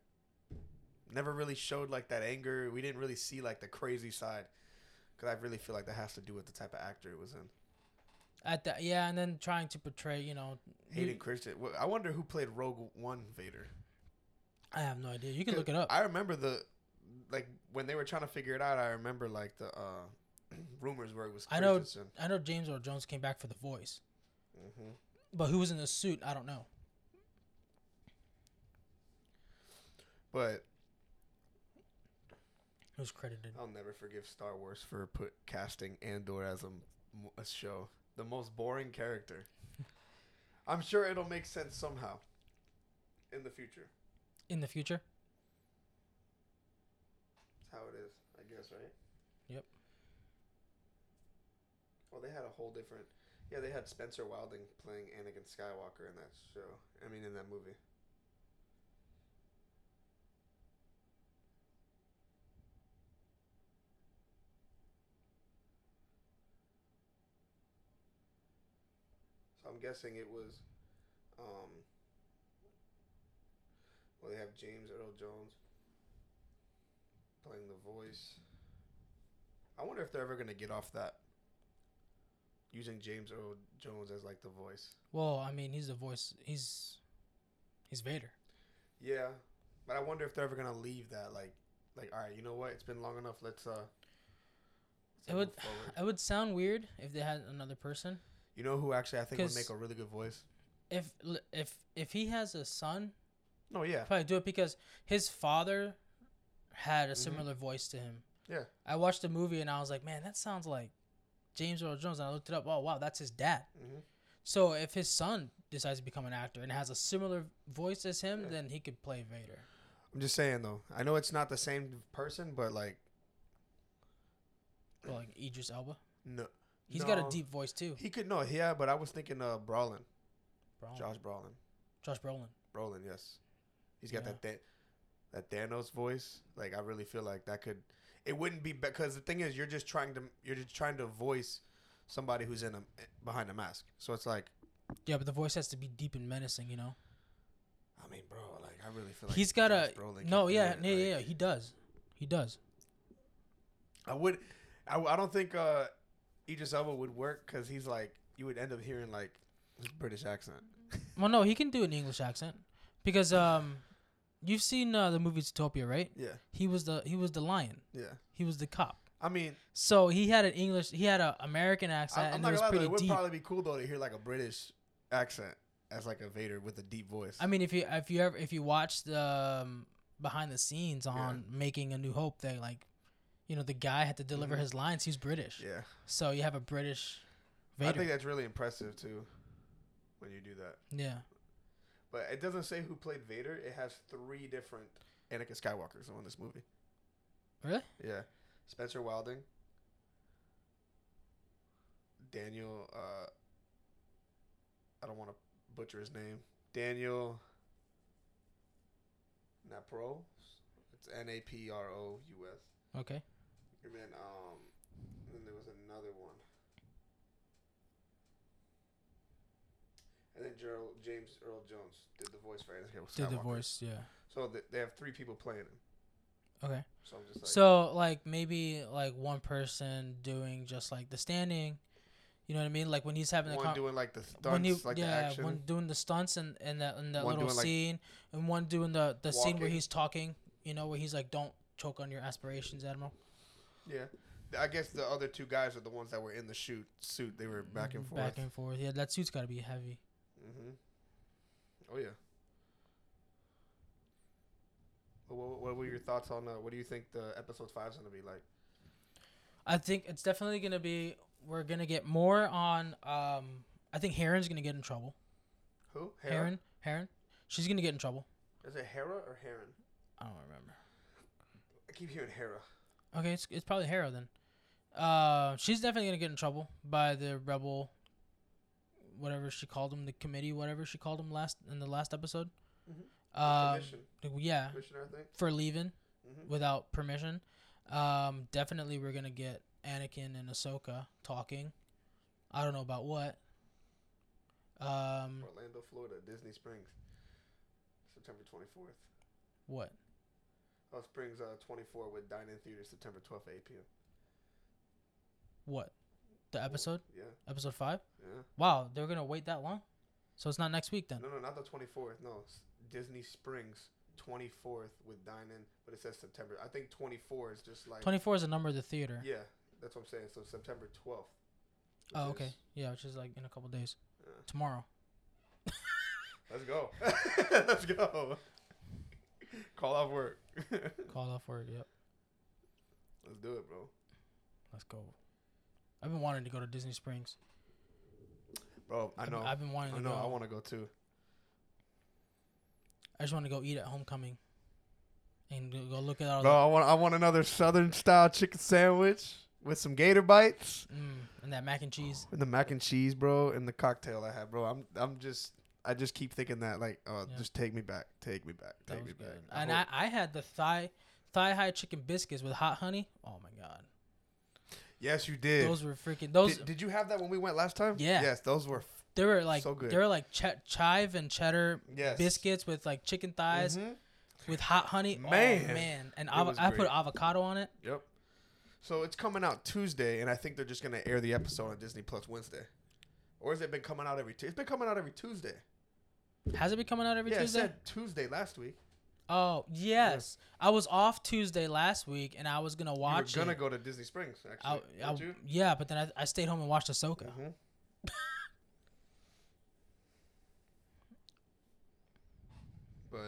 Speaker 2: never really showed like that anger. We didn't really see like the crazy side, because I really feel like that has to do with the type of actor it was in.
Speaker 1: at that, yeah, and then trying to portray, you know, he-
Speaker 2: Hayden Christian. I wonder who played Rogue One Vader.
Speaker 1: I have no idea. You can look it up.
Speaker 2: I remember the like when they were trying to figure it out. I remember like the uh rumors where it was.
Speaker 1: I know-
Speaker 2: Christensen.
Speaker 1: I know James Earl Jones came back for the voice,
Speaker 2: Mm-hmm.
Speaker 1: but who was in the suit? I don't know.
Speaker 2: But
Speaker 1: Who's credited?
Speaker 2: I'll never forgive Star Wars for put casting Andor as a, m- a show. The most boring character. I'm sure it'll make sense somehow in the future.
Speaker 1: in the future?
Speaker 2: That's how it is, I guess, right?
Speaker 1: Yep.
Speaker 2: Well, they had a whole different. Yeah, they had Spencer Wilding playing Anakin Skywalker in that show. I mean, in that movie. So I'm guessing it was. Um, well, they have James Earl Jones playing the voice. I wonder if they're ever gonna get off that using James Earl Jones as like the voice.
Speaker 1: Well, I mean, he's the voice. He's he's Vader.
Speaker 2: Yeah, but I wonder if they're ever gonna leave that. Like, like all right, you know what? It's been long enough. Let's uh. let's
Speaker 1: It
Speaker 2: move
Speaker 1: would
Speaker 2: forward.
Speaker 1: it would sound weird if they had another person.
Speaker 2: You know who actually I think would
Speaker 1: 'Cause-
Speaker 2: make a really good voice?
Speaker 1: If if if he has a son,
Speaker 2: No, Oh, yeah,
Speaker 1: probably do it because his father had a
Speaker 2: Mhm.
Speaker 1: similar voice to him.
Speaker 2: Yeah.
Speaker 1: I watched the movie and I was like, man, that sounds like James Earl Jones. And I looked it up. Oh wow, that's his dad.
Speaker 2: hmm
Speaker 1: So if his son decides to become an actor and has a similar voice as him,
Speaker 2: Yeah.
Speaker 1: then he could play Vader.
Speaker 2: I'm just saying though. I know it's not the same person, but like
Speaker 1: Well, like Idris Elba,
Speaker 2: no,
Speaker 1: he's got a
Speaker 2: No.
Speaker 1: deep voice too.
Speaker 2: he could no, yeah. But I was thinking uh Brolin,
Speaker 1: Brolin. Josh.
Speaker 2: Josh Brolin,
Speaker 1: Brolin.
Speaker 2: Brolin. Yes, he's got
Speaker 1: Yeah.
Speaker 2: that that that Thanos voice. Like I really feel like that could. It wouldn't be because the thing is, you're just trying to you're just trying to voice somebody who's in a behind a mask. So it's like,
Speaker 1: Yeah, but the voice has to be deep and menacing, you know.
Speaker 2: I mean, bro, like I really feel like
Speaker 1: he's got
Speaker 2: Josh
Speaker 1: a
Speaker 2: Brolin could
Speaker 1: no,
Speaker 2: do
Speaker 1: yeah,
Speaker 2: it,
Speaker 1: yeah,
Speaker 2: like-
Speaker 1: yeah, He does, he does.
Speaker 2: I would. I, I don't think uh, Idris Elba would work because he's like you would end up hearing like his British accent.
Speaker 1: Well, no, he can do an English accent because um, you've seen uh, the movie Zootopia, right?
Speaker 2: Yeah,
Speaker 1: He was the he was the lion.
Speaker 2: yeah.
Speaker 1: He was the cop.
Speaker 2: I mean,
Speaker 1: So he had an English. He had an American
Speaker 2: I,
Speaker 1: accent,
Speaker 2: am
Speaker 1: and
Speaker 2: not gonna
Speaker 1: it was
Speaker 2: lie, though,
Speaker 1: pretty
Speaker 2: it would
Speaker 1: deep.
Speaker 2: probably be cool though to hear like a British accent as like a Vader with a deep voice.
Speaker 1: I mean, if you if you ever if you watched the um, behind the scenes on making A New Hope, they like, you know, the guy had to deliver
Speaker 2: Mhm.
Speaker 1: his lines. He's British,
Speaker 2: yeah,
Speaker 1: so you have a British
Speaker 2: I
Speaker 1: Vader.
Speaker 2: think that's really impressive too when you do that.
Speaker 1: yeah,
Speaker 2: But it doesn't say who played Vader. It has three different Anakin Skywalkers on this movie.
Speaker 1: really?
Speaker 2: Yeah. Spencer Wilding. Daniel uh I don't want to butcher his name. Daniel Napro. It's N A P R O U S.
Speaker 1: Okay.
Speaker 2: And then um and then there was another one. And then Gerald James Earl Jones did the voice for Anakin
Speaker 1: Did the
Speaker 2: Skywalker.
Speaker 1: voice? Yeah.
Speaker 2: So th- they have three people playing him.
Speaker 1: Okay.
Speaker 2: So I'm just like
Speaker 1: So like maybe like one person doing just like the standing, you know what I mean? Like when he's having the
Speaker 2: one
Speaker 1: con-
Speaker 2: doing like the stunts,
Speaker 1: when he
Speaker 2: like the
Speaker 1: yeah
Speaker 2: action.
Speaker 1: one doing the stunts and and that and that
Speaker 2: One
Speaker 1: little
Speaker 2: doing, like,
Speaker 1: scene and one doing the the scene where
Speaker 2: walking.
Speaker 1: he's talking, you know, where he's like, "Don't choke on your aspirations, Admiral."
Speaker 2: Yeah, Th- I guess the other two guys are the ones that were in the shoot suit. They were back and forth.
Speaker 1: back and forth. Yeah, that suit's got to be heavy.
Speaker 2: hmm Oh yeah. What, what were your thoughts on uh, what do you think the episode five's gonna be like?
Speaker 1: I think it's definitely gonna be. We're gonna get more on. Um, I think Heron's gonna get in trouble.
Speaker 2: Who? Hera?
Speaker 1: Heron, Heron, she's gonna get in trouble.
Speaker 2: Is it Hera or Heron?
Speaker 1: I don't remember.
Speaker 2: I keep hearing Hera.
Speaker 1: Okay, it's, it's probably Harrow then. Uh, she's definitely gonna get in trouble by the rebel, whatever she called them, the committee, whatever she called them last in the last episode.
Speaker 2: Mhm.
Speaker 1: Um,
Speaker 2: Commission,
Speaker 1: yeah,
Speaker 2: commissioner, I think.
Speaker 1: for leaving
Speaker 2: hmm
Speaker 1: without permission. Um, definitely we're gonna get Anakin and Ahsoka talking. I don't know about what. Um,
Speaker 2: Orlando, Florida, Disney Springs, September twenty fourth.
Speaker 1: what?
Speaker 2: Oh, Springs uh, twenty four with Dine In Theater, September twelfth, eight p.m.
Speaker 1: What? The episode?
Speaker 2: Yeah,
Speaker 1: Episode five?
Speaker 2: yeah.
Speaker 1: Wow, they're gonna wait that long? So it's not next week then.
Speaker 2: No, no, not the 24th. No, s- Disney Springs 24th with dine-in, but it says September. I think 24 is just like
Speaker 1: Twenty four is the number of the theater.
Speaker 2: yeah, that's what I'm saying. So September 12th. which
Speaker 1: Oh,
Speaker 2: is-
Speaker 1: okay. Yeah, which is like in a couple days.
Speaker 2: Yeah.
Speaker 1: Tomorrow.
Speaker 2: Let's go. let's go. Call off work. let's
Speaker 1: Call off work. Yep.
Speaker 2: do it, bro.
Speaker 1: Let's go. I've been wanting to go to Disney Springs.
Speaker 2: Bro, I
Speaker 1: I've
Speaker 2: know.
Speaker 1: been- I've been wanting to
Speaker 2: I know.
Speaker 1: go.
Speaker 2: I want to go too.
Speaker 1: I just want to go eat at Homecoming and go go look at all
Speaker 2: Bro, I want. I want another Southern style chicken sandwich with some gator bites
Speaker 1: the mm, and that mac and cheese.
Speaker 2: and the mac and cheese, bro, and the cocktail I had, bro. I'm. I'm just. I just keep thinking that, like, oh,
Speaker 1: Yeah.
Speaker 2: just take me back, take me back,
Speaker 1: That
Speaker 2: take me
Speaker 1: was
Speaker 2: back.
Speaker 1: good. and
Speaker 2: hope-
Speaker 1: I, I had the thigh thigh high chicken biscuits with hot honey. Oh my god,
Speaker 2: Yes, you did.
Speaker 1: those were freaking those.
Speaker 2: did. Did you have that when we went last time?
Speaker 1: Yeah.
Speaker 2: Yes, those were. F-
Speaker 1: they were like
Speaker 2: so good.
Speaker 1: they were like ch- chive and cheddar
Speaker 2: yes.
Speaker 1: biscuits with like chicken thighs
Speaker 2: Mhm.
Speaker 1: with hot honey. Man,
Speaker 2: Man.
Speaker 1: man, and
Speaker 2: It
Speaker 1: avo-
Speaker 2: was
Speaker 1: I put
Speaker 2: great.
Speaker 1: avocado on it.
Speaker 2: Yep. So it's coming out Tuesday, and I think they're just gonna air the episode on Disney Plus Wednesday. Or has it been coming out every? Tu- it's been coming out every Tuesday.
Speaker 1: Has it been coming out every
Speaker 2: yeah,
Speaker 1: Tuesday?
Speaker 2: it said Tuesday last week.
Speaker 1: Oh yes, I was off Tuesday last week, and I was gonna watch
Speaker 2: you were gonna
Speaker 1: it.
Speaker 2: go to Disney Springs
Speaker 1: I,
Speaker 2: actually.
Speaker 1: I-
Speaker 2: weren't you?
Speaker 1: yeah, but then I, I stayed home and watched Ahsoka.
Speaker 2: Mhm. but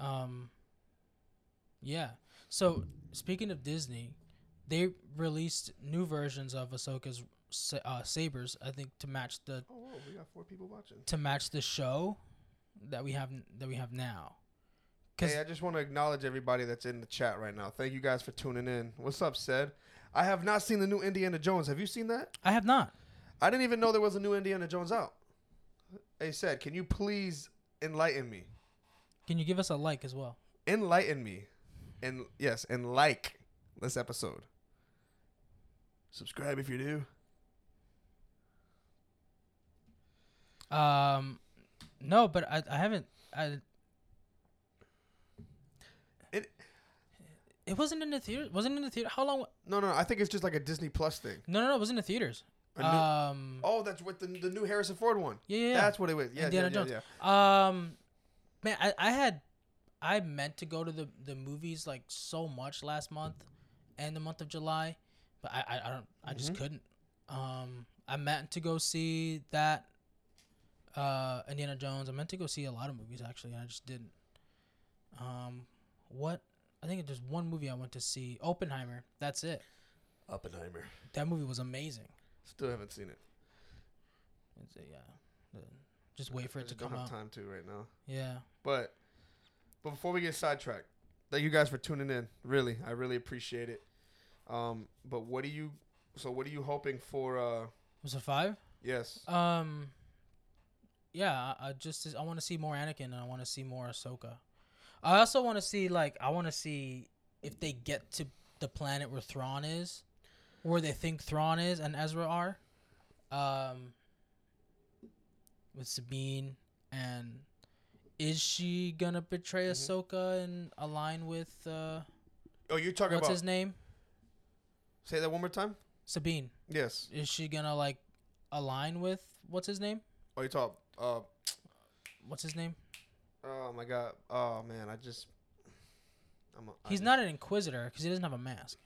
Speaker 2: Mm-hmm.
Speaker 1: Um, yeah. So speaking of Disney, they released new versions of Ahsoka's sa- uh, sabers. I think to match the
Speaker 2: oh, whoa, we got four people watching.
Speaker 1: to match the show that we have that we have now. Cause
Speaker 2: Hey, I just want to acknowledge everybody that's in the chat right now. Thank you guys for tuning in. What's up, Sed? I have not seen the new Indiana Jones. Have you seen that?
Speaker 1: I have not.
Speaker 2: I didn't even know there was a new Indiana Jones out. Hey, Sed, can you please enlighten me?
Speaker 1: Can you give us a like as well?
Speaker 2: Enlighten me. And yes, and like this episode. Subscribe if you're new.
Speaker 1: Um, no, but I I haven't. I It wasn't in the theater. Wasn't it in the theater. How long?
Speaker 2: No, no, I think it's just like a Disney Plus thing.
Speaker 1: No, no, no. It was in the theaters.
Speaker 2: A new-
Speaker 1: Um.
Speaker 2: oh, that's what the, the new Harrison Ford one.
Speaker 1: Yeah, yeah, yeah.
Speaker 2: That's what it was. Yeah,
Speaker 1: Indiana
Speaker 2: yeah,
Speaker 1: Jones.
Speaker 2: yeah,
Speaker 1: Um, man, I, I had, I meant to go to the the movies like so much last month, and the month of July, but I I, I don't I just
Speaker 2: Mm-hmm.
Speaker 1: couldn't. Um, I meant to go see that. Uh, Indiana Jones. I meant to go see a lot of movies actually, and I just didn't. Um, what? I think there's one movie I went to see, Oppenheimer. That's it.
Speaker 2: yeah. Oppenheimer.
Speaker 1: That movie was amazing.
Speaker 2: Still haven't seen it.
Speaker 1: It's, uh, yeah, just wait for
Speaker 2: I
Speaker 1: it to
Speaker 2: just don't
Speaker 1: come
Speaker 2: have
Speaker 1: out.
Speaker 2: time to right now.
Speaker 1: Yeah.
Speaker 2: But but before we get sidetracked, thank you guys for tuning in. Really, I really appreciate it. Um, but what are you? So what are you hoping for? Uh,
Speaker 1: Was it five?
Speaker 2: yes.
Speaker 1: Um, yeah, I, I just I want to see more Anakin and I want to see more Ahsoka. I also want to see like I want to see if they get to the planet where Thrawn is, where they think Thrawn is and Ezra are, um, with Sabine and is she gonna betray Ahsoka and align with uh,
Speaker 2: Oh, you're talking
Speaker 1: what's
Speaker 2: about.
Speaker 1: his name
Speaker 2: Say that one more time.
Speaker 1: Sabine?
Speaker 2: Yes.
Speaker 1: Is she gonna like align with what's his name?
Speaker 2: Oh, you talk. Uh,
Speaker 1: What's his name?
Speaker 2: oh my God. Oh man, I just. I'm a, I
Speaker 1: He's
Speaker 2: just-
Speaker 1: not an inquisitor because he doesn't have a mask.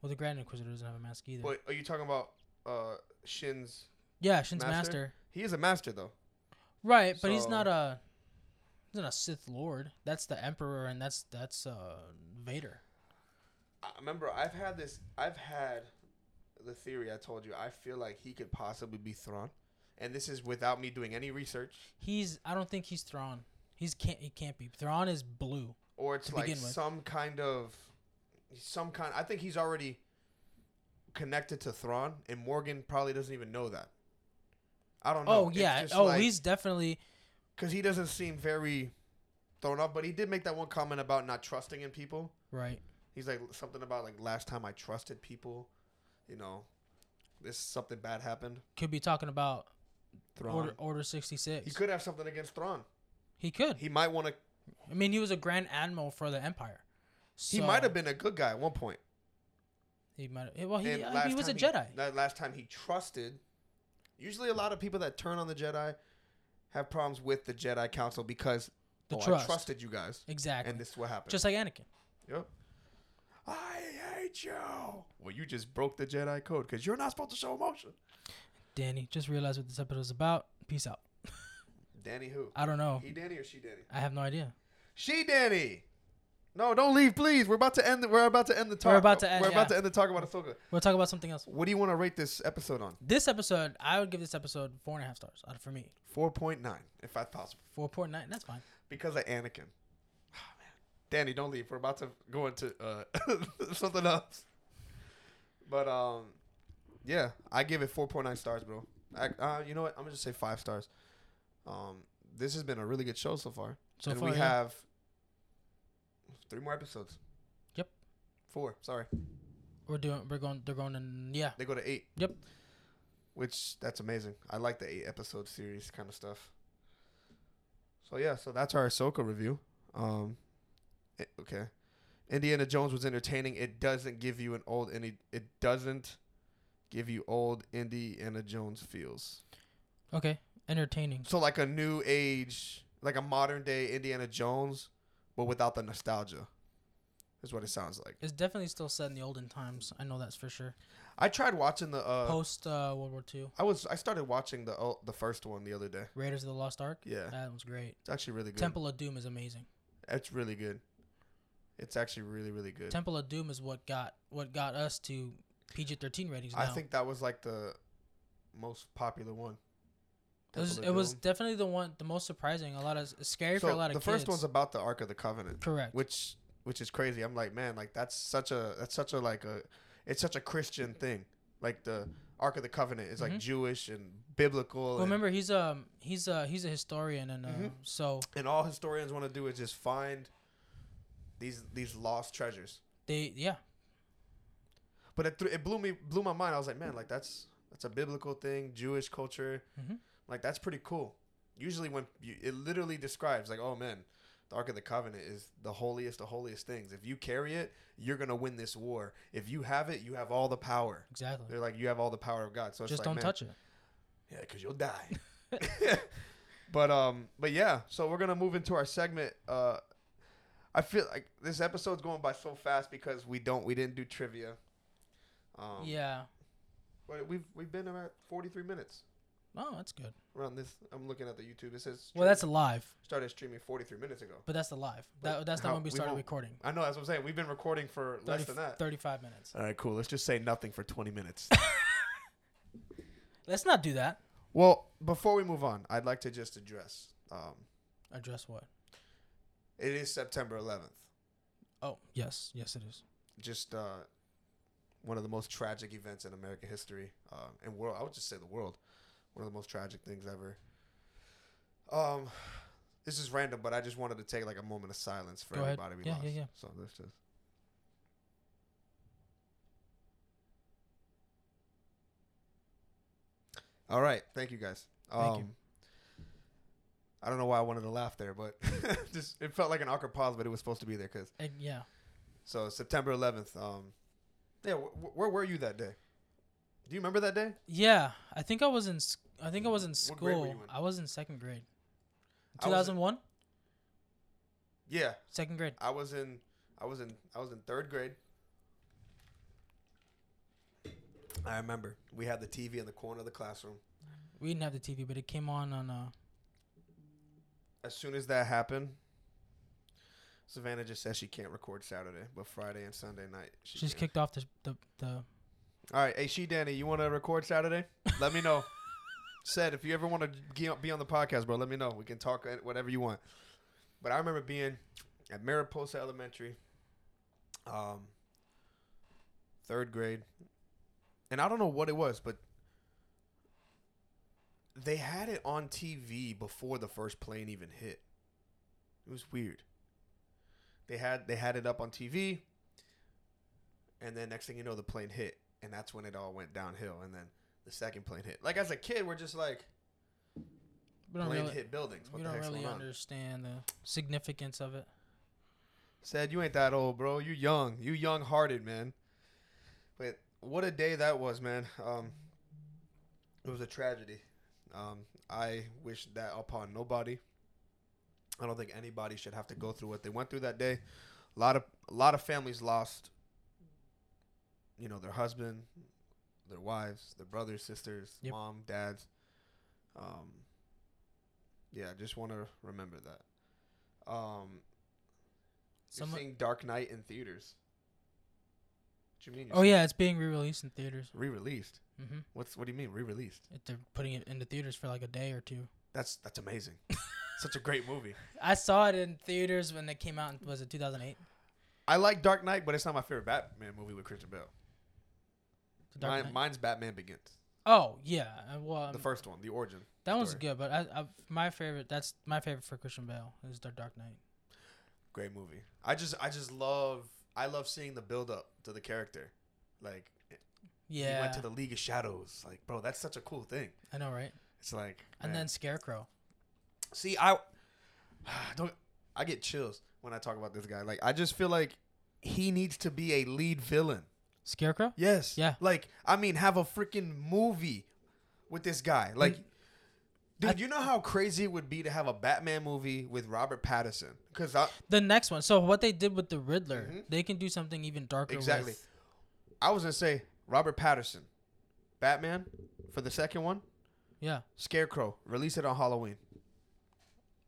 Speaker 1: Well, the Grand Inquisitor doesn't have a mask either.
Speaker 2: Wait, are you talking about uh Shin's?
Speaker 1: yeah, Shin's master.
Speaker 2: Master? He is a master though.
Speaker 1: Right, but he's
Speaker 2: So-
Speaker 1: not a he's not a Sith Lord. That's the Emperor, and that's that's uh, Vader.
Speaker 2: I remember I've had this. I've had the theory I told you. I feel like he could possibly be Thrawn, and this is without me doing any research.
Speaker 1: He's I don't think he's Thrawn. He's can't he can't be Thrawn is blue.
Speaker 2: or it's
Speaker 1: to
Speaker 2: like
Speaker 1: begin with.
Speaker 2: some kind of some kind I think he's already connected to Thrawn and Morgan probably doesn't even know that. I don't know.
Speaker 1: oh yeah, oh he's definitely
Speaker 2: cuz he doesn't seem very thrown up, but he did make that one comment about not trusting in people.
Speaker 1: right.
Speaker 2: He's like something about like last time I trusted people, you know, this something bad happened.
Speaker 1: Could be talking about
Speaker 2: Thrawn.
Speaker 1: Order Order sixty six.
Speaker 2: he could have something against Thrawn.
Speaker 1: He could.
Speaker 2: He might want to
Speaker 1: I mean, he was a Grand Admiral for the Empire.
Speaker 2: he
Speaker 1: So-
Speaker 2: might have been a good guy at one point.
Speaker 1: He might. have- Well, he,
Speaker 2: And
Speaker 1: uh,
Speaker 2: last
Speaker 1: he was a
Speaker 2: time
Speaker 1: Jedi.
Speaker 2: la- last time he trusted. Usually, a lot of people that turn on the Jedi have problems with the Jedi Council because
Speaker 1: The
Speaker 2: oh, I
Speaker 1: trust.
Speaker 2: trusted you guys,
Speaker 1: exactly.
Speaker 2: and this is what happened.
Speaker 1: Just like Anakin.
Speaker 2: yep. I hate you. Well, you just broke the Jedi code because you're not supposed to show emotion.
Speaker 1: Danny, just realized what this episode is about. Peace out.
Speaker 2: Danny, who?
Speaker 1: I don't know.
Speaker 2: He Danny or she Danny?
Speaker 1: I have no idea.
Speaker 2: She Danny. No, don't leave, please. We're about to end. The, we're about to end the talk.
Speaker 1: We're about to end-
Speaker 2: We're about
Speaker 1: yeah.
Speaker 2: to end the talk about Ahsoka.
Speaker 1: We'll talk about something else.
Speaker 2: What do you want to rate this episode on?
Speaker 1: This episode, I would give this episode four and a half stars out of for me.
Speaker 2: Four point nine, if I possible.
Speaker 1: Four point nine. That's fine.
Speaker 2: because of Anakin. Ah, man. Danny, don't leave. We're about to go into uh, something else. But um, yeah, I give it four point nine stars, bro. I, uh, you know what? I'm gonna just say five stars. Um, this has been a really good show so far,
Speaker 1: So
Speaker 2: and
Speaker 1: far,
Speaker 2: we
Speaker 1: yeah.
Speaker 2: have three more episodes.
Speaker 1: Yep.
Speaker 2: Four. Sorry,
Speaker 1: we're doing. We're going. They're going. In, yeah.
Speaker 2: they go to eight.
Speaker 1: Yep.
Speaker 2: Which that's amazing. I like the eight episode series kind of stuff. So yeah, so that's our Ahsoka review. Um, eh, okay, Indiana Jones was entertaining. It doesn't give you an old any. It doesn't give you old Indiana Jones feels.
Speaker 1: Okay. Entertaining.
Speaker 2: So like a new age, like a modern day Indiana Jones, but without the nostalgia. Is what it sounds like.
Speaker 1: It's definitely still set in the olden times. I know that's for sure.
Speaker 2: I tried watching the. Uh,
Speaker 1: Post uh, World War II,
Speaker 2: I was I started watching the oh, the first one the other day.
Speaker 1: Raiders of the Lost Ark.
Speaker 2: Yeah,
Speaker 1: That was great.
Speaker 2: it's actually really good.
Speaker 1: Temple of Doom is amazing.
Speaker 2: That's really good. It's actually really really good.
Speaker 1: Temple of Doom is what got what got us to PG thirteen ratings. Now.
Speaker 2: I think that was like the most popular one.
Speaker 1: it was,
Speaker 2: Temple
Speaker 1: it
Speaker 2: of
Speaker 1: was
Speaker 2: Doom.
Speaker 1: definitely the one the most surprising. A lot of it's scary for
Speaker 2: So
Speaker 1: a lot of
Speaker 2: the
Speaker 1: kids.
Speaker 2: first one's about the Ark of the Covenant,
Speaker 1: correct.
Speaker 2: which which is crazy. I'm like, man, like that's such a that's such a like a it's such a Christian thing. Like the Ark of the Covenant is like
Speaker 1: Mhm.
Speaker 2: Jewish and biblical.
Speaker 1: Well,
Speaker 2: and,
Speaker 1: remember he's um he's uh he's a historian and uh,
Speaker 2: Mhm.
Speaker 1: so
Speaker 2: and all historians want to do is just find these these lost treasures.
Speaker 1: they yeah
Speaker 2: But it, th- it blew me blew my mind. I was like, man, like that's that's a biblical thing, Jewish culture.
Speaker 1: Mhm.
Speaker 2: Like that's pretty cool. Usually when you, it literally describes like, oh man, The Ark of the Covenant is the holiest of holiest things. If you carry it, you're gonna win this war. If you have it, you have all the power.
Speaker 1: Exactly.
Speaker 2: They're like, you have all the power of God. So it's
Speaker 1: Just
Speaker 2: like,
Speaker 1: don't
Speaker 2: man,
Speaker 1: touch it.
Speaker 2: yeah, because you'll die. but um, but yeah. So we're gonna move into our segment. Uh, I feel like this episode's going by so fast because we don't we didn't do trivia. Um,
Speaker 1: yeah.
Speaker 2: But we've we've been about forty three minutes
Speaker 1: Oh, that's good.
Speaker 2: around this. I'm looking at the YouTube. It says
Speaker 1: Well, that's live,
Speaker 2: started streaming forty three minutes ago.
Speaker 1: but that's the live.
Speaker 2: But
Speaker 1: That, that's the
Speaker 2: how-
Speaker 1: one we
Speaker 2: we
Speaker 1: started
Speaker 2: won't-
Speaker 1: recording.
Speaker 2: I know that's what I'm saying. We've been recording for less
Speaker 1: 30,
Speaker 2: than that.
Speaker 1: 35 minutes.
Speaker 2: All right, cool. Let's just say nothing for twenty minutes.
Speaker 1: Let's not do that.
Speaker 2: well, before we move on, I'd like to just address. Um,
Speaker 1: Address what?
Speaker 2: it is September 11th.
Speaker 1: Oh, yes. Yes, it is.
Speaker 2: just uh, one of the most tragic events in American history uh, and world. I would just say the world, one of the most tragic things ever. Um, this is random, but I just wanted to take like a moment of silence for
Speaker 1: Go ahead.
Speaker 2: everybody we
Speaker 1: Yeah,
Speaker 2: lost.
Speaker 1: yeah, yeah.
Speaker 2: So let's just. All right, thank you guys. Um,
Speaker 1: Thank you.
Speaker 2: I don't know why I wanted to laugh there, but just it felt like an awkward pause, but it was supposed to be there because.
Speaker 1: Eh, yeah.
Speaker 2: So September 11th. Um, yeah, wh- where were you that day? Do you remember that day?
Speaker 1: Yeah. I think I was in s- I think I was in
Speaker 2: What grade were
Speaker 1: school.
Speaker 2: you in?
Speaker 1: I was in second grade.
Speaker 2: I was in-
Speaker 1: 2001?
Speaker 2: Yeah,
Speaker 1: Second grade.
Speaker 2: I was in, I was in, I was in third grade. I remember we had the TV in the corner of the classroom.
Speaker 1: We didn't have the TV, but it came on on uh
Speaker 2: As soon as that happened, Savannah just says she can't record Saturday, but Friday and Sunday night she
Speaker 1: she's
Speaker 2: can.
Speaker 1: kicked off the the, the
Speaker 2: All right, hey, she Danny, you want to record Saturday? Let me know. Said if you ever want to be on the podcast, bro, let me know. We can talk uh, whatever you want. But I remember being at Mariposa Elementary, um, third grade, and I don't know what it was, but they had it on TV before the first plane even hit. It was weird. They had they had it up on TV, and then next thing you know, the plane hit, and that's when it all went downhill. And then the second plane hit. Like as a kid, we're just like
Speaker 1: we don't
Speaker 2: plane
Speaker 1: really,
Speaker 2: hit buildings. What
Speaker 1: we
Speaker 2: the
Speaker 1: don't
Speaker 2: heck's
Speaker 1: really
Speaker 2: going on?
Speaker 1: understand the significance of it.
Speaker 2: Said you ain't that old, bro. You young. You young hearted, man. But what a day that was, man. Um, it was a tragedy. Um, I wish that upon nobody. I don't think anybody should have to go through what they went through that day. A lot of a lot of families lost. You know, their husband, their wives, their brothers, sisters,
Speaker 1: Yep.
Speaker 2: mom, dads. Um, yeah, I just want to remember that. Um,
Speaker 1: Someone-
Speaker 2: you're seeing Dark Knight in theaters. What do you mean? you're
Speaker 1: Oh
Speaker 2: seeing-
Speaker 1: yeah, it's being re-released in theaters.
Speaker 2: re-released.
Speaker 1: Mhm.
Speaker 2: What's what do you mean re-released?
Speaker 1: It- They're putting it in the theaters for like a day or two.
Speaker 2: That's that's amazing. Such a great movie.
Speaker 1: I saw it in theaters when it came out. In, was it 2008?
Speaker 2: I like Dark Knight, but it's not my favorite Batman movie with Christian Bale.
Speaker 1: The Dark
Speaker 2: Mine-
Speaker 1: Knight?
Speaker 2: mine's Batman Begins,
Speaker 1: Oh yeah, uh, well um,
Speaker 2: the first one, the origin.
Speaker 1: that one's
Speaker 2: story.
Speaker 1: good, but I, I, my favorite. That's my favorite for Christian Bale is the Dark Knight.
Speaker 2: Great movie. I just I just love I love seeing the build up to the character. Like
Speaker 1: Yeah,
Speaker 2: he went to the League of Shadows. Like bro, that's such a cool thing.
Speaker 1: I know, right?
Speaker 2: It's like
Speaker 1: And
Speaker 2: man.
Speaker 1: then Scarecrow.
Speaker 2: See, I don't. I get chills when I talk about this guy. Like, I just feel like he needs to be a lead villain.
Speaker 1: Scarecrow?
Speaker 2: Yes.
Speaker 1: Yeah.
Speaker 2: Like, I mean, have a freaking movie with this guy. Like, dude,
Speaker 1: I-
Speaker 2: you know how crazy it would be to have a Batman movie with Robert Pattinson? Because I
Speaker 1: The next one. So what they did with the Riddler, they can do something even darker.
Speaker 2: Mm-hmm. exactly,
Speaker 1: with-
Speaker 2: I was gonna say Robert Pattinson, Batman for the second one,
Speaker 1: yeah.
Speaker 2: Scarecrow. Release it on Halloween.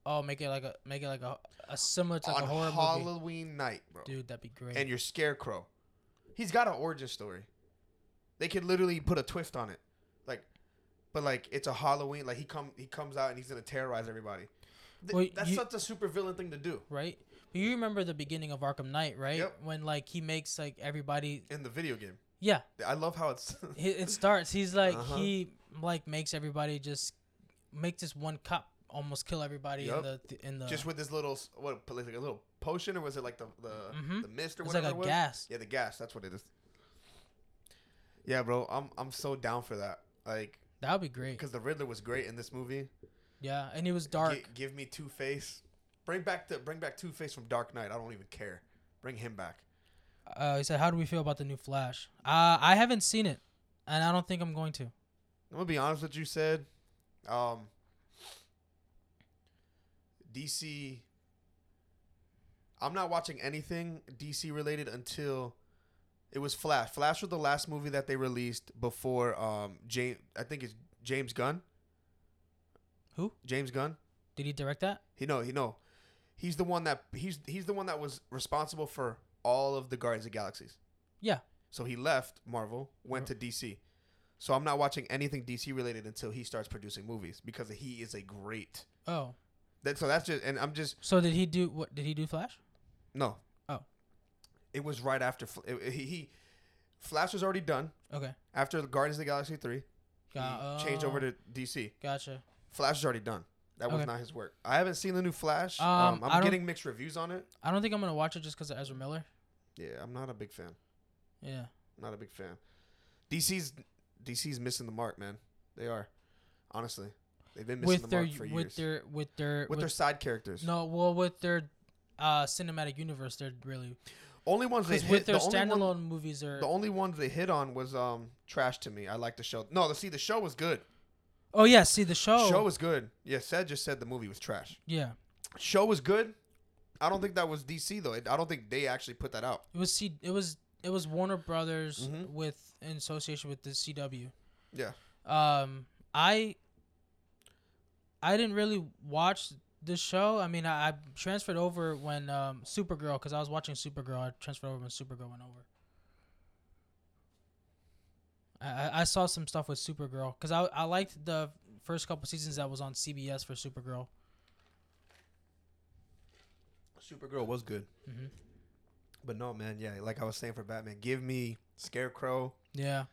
Speaker 1: Oh, make it like a make it like a, a similar to
Speaker 2: on
Speaker 1: like a horror movie.
Speaker 2: Halloween night, bro.
Speaker 1: Dude, that'd be great.
Speaker 2: and your scarecrow. He's got an origin story. They could literally put a twist on it. Like but like it's a Halloween like he come he comes out and he's gonna terrorize everybody. Th-
Speaker 1: Well,
Speaker 2: That's
Speaker 1: you-
Speaker 2: such a super villain thing to do
Speaker 1: right? But you remember the beginning of Arkham Knight, right?
Speaker 2: Yep.
Speaker 1: When like he makes like everybody.
Speaker 2: in the video game.
Speaker 1: Yeah.
Speaker 2: I love how it's
Speaker 1: He- It starts. He's like
Speaker 2: Uh-huh.
Speaker 1: he like makes everybody just make this one cop almost kill everybody
Speaker 2: Yup.
Speaker 1: in the th- in the.
Speaker 2: just with this little s- what like a little potion or was it like the the,
Speaker 1: Mhm.
Speaker 2: the mist or
Speaker 1: it's like
Speaker 2: whatever
Speaker 1: a
Speaker 2: it was?
Speaker 1: gas.
Speaker 2: Yeah, the gas, that's what it is. Yeah, bro, I'm I'm so down for that. Like
Speaker 1: That would be great.
Speaker 2: because the Riddler was great in this movie.
Speaker 1: Yeah, and it was dark.
Speaker 2: Gi- give me Two Face. Bring back the bring back Two Face from Dark Knight. I don't even care. Bring him back.
Speaker 1: Uh, he said, "How do we feel about the new Flash?" Uh, I haven't seen it, and I don't think I'm going to.
Speaker 2: I'm gonna be honest with you. Said, um, DC. I'm not watching anything DC related until it was Flash. Flash was the last movie that they released before um James. I think it's James Gunn.
Speaker 1: Who?
Speaker 2: James Gunn.
Speaker 1: Did he direct that?
Speaker 2: He know. He know. He's the one that he's he's the one that was responsible for all of the Guardians of the Galaxies.
Speaker 1: Yeah.
Speaker 2: So he left Marvel, went to DC. So I'm not watching anything DC related until he starts producing movies because he is a great.
Speaker 1: Oh,
Speaker 2: That so that's just and I'm just
Speaker 1: so did he do what? Did he do Flash?
Speaker 2: no.
Speaker 1: Oh.
Speaker 2: It was right after Fl- it- it- he, he Flash was already done
Speaker 1: Okay,
Speaker 2: after the Guardians of the Galaxy three. He
Speaker 1: Got-
Speaker 2: changed
Speaker 1: oh,
Speaker 2: over to DC.
Speaker 1: Gotcha.
Speaker 2: Flash is already done. That was
Speaker 1: Okay.
Speaker 2: not his work. I haven't seen the new Flash.
Speaker 1: Um,
Speaker 2: Um,
Speaker 1: I
Speaker 2: I'm
Speaker 1: don't-
Speaker 2: getting mixed reviews on it.
Speaker 1: I don't think I'm gonna watch it just because of Ezra Miller.
Speaker 2: Yeah, I'm not a big fan.
Speaker 1: Yeah.
Speaker 2: Not a big fan. DC's DC's missing the mark, man. They are. Honestly, they've been missing
Speaker 1: with
Speaker 2: the
Speaker 1: their,
Speaker 2: mark for years.
Speaker 1: with their with their
Speaker 2: with their side characters.
Speaker 1: no well with their uh cinematic universe they're really
Speaker 2: Only ones they
Speaker 1: because
Speaker 2: hit.
Speaker 1: with their
Speaker 2: the, only
Speaker 1: standalone
Speaker 2: one,
Speaker 1: movies are
Speaker 2: the only ones they hit on was um trash to me. I like the show. No, the see the show was good.
Speaker 1: oh yeah see the show
Speaker 2: Show was good. Yeah, said just said the movie was trash.
Speaker 1: yeah
Speaker 2: Show was good. I don't think that was DC though. I don't think they actually put that out.
Speaker 1: it was C it was it was Warner Brothers
Speaker 2: Mhm.
Speaker 1: with in association with the CW
Speaker 2: Yeah.
Speaker 1: um I I didn't really watch the show I mean I, I transferred over when um Supergirl because I was watching Supergirl I transferred over when Supergirl went over. I, I- I saw some stuff with Supergirl because I, I liked the first couple seasons that was on CBS for Supergirl.
Speaker 2: Supergirl was good.
Speaker 1: Mhm.
Speaker 2: But no, man. Yeah, like I was saying for Batman, give me Scarecrow.
Speaker 1: Yeah,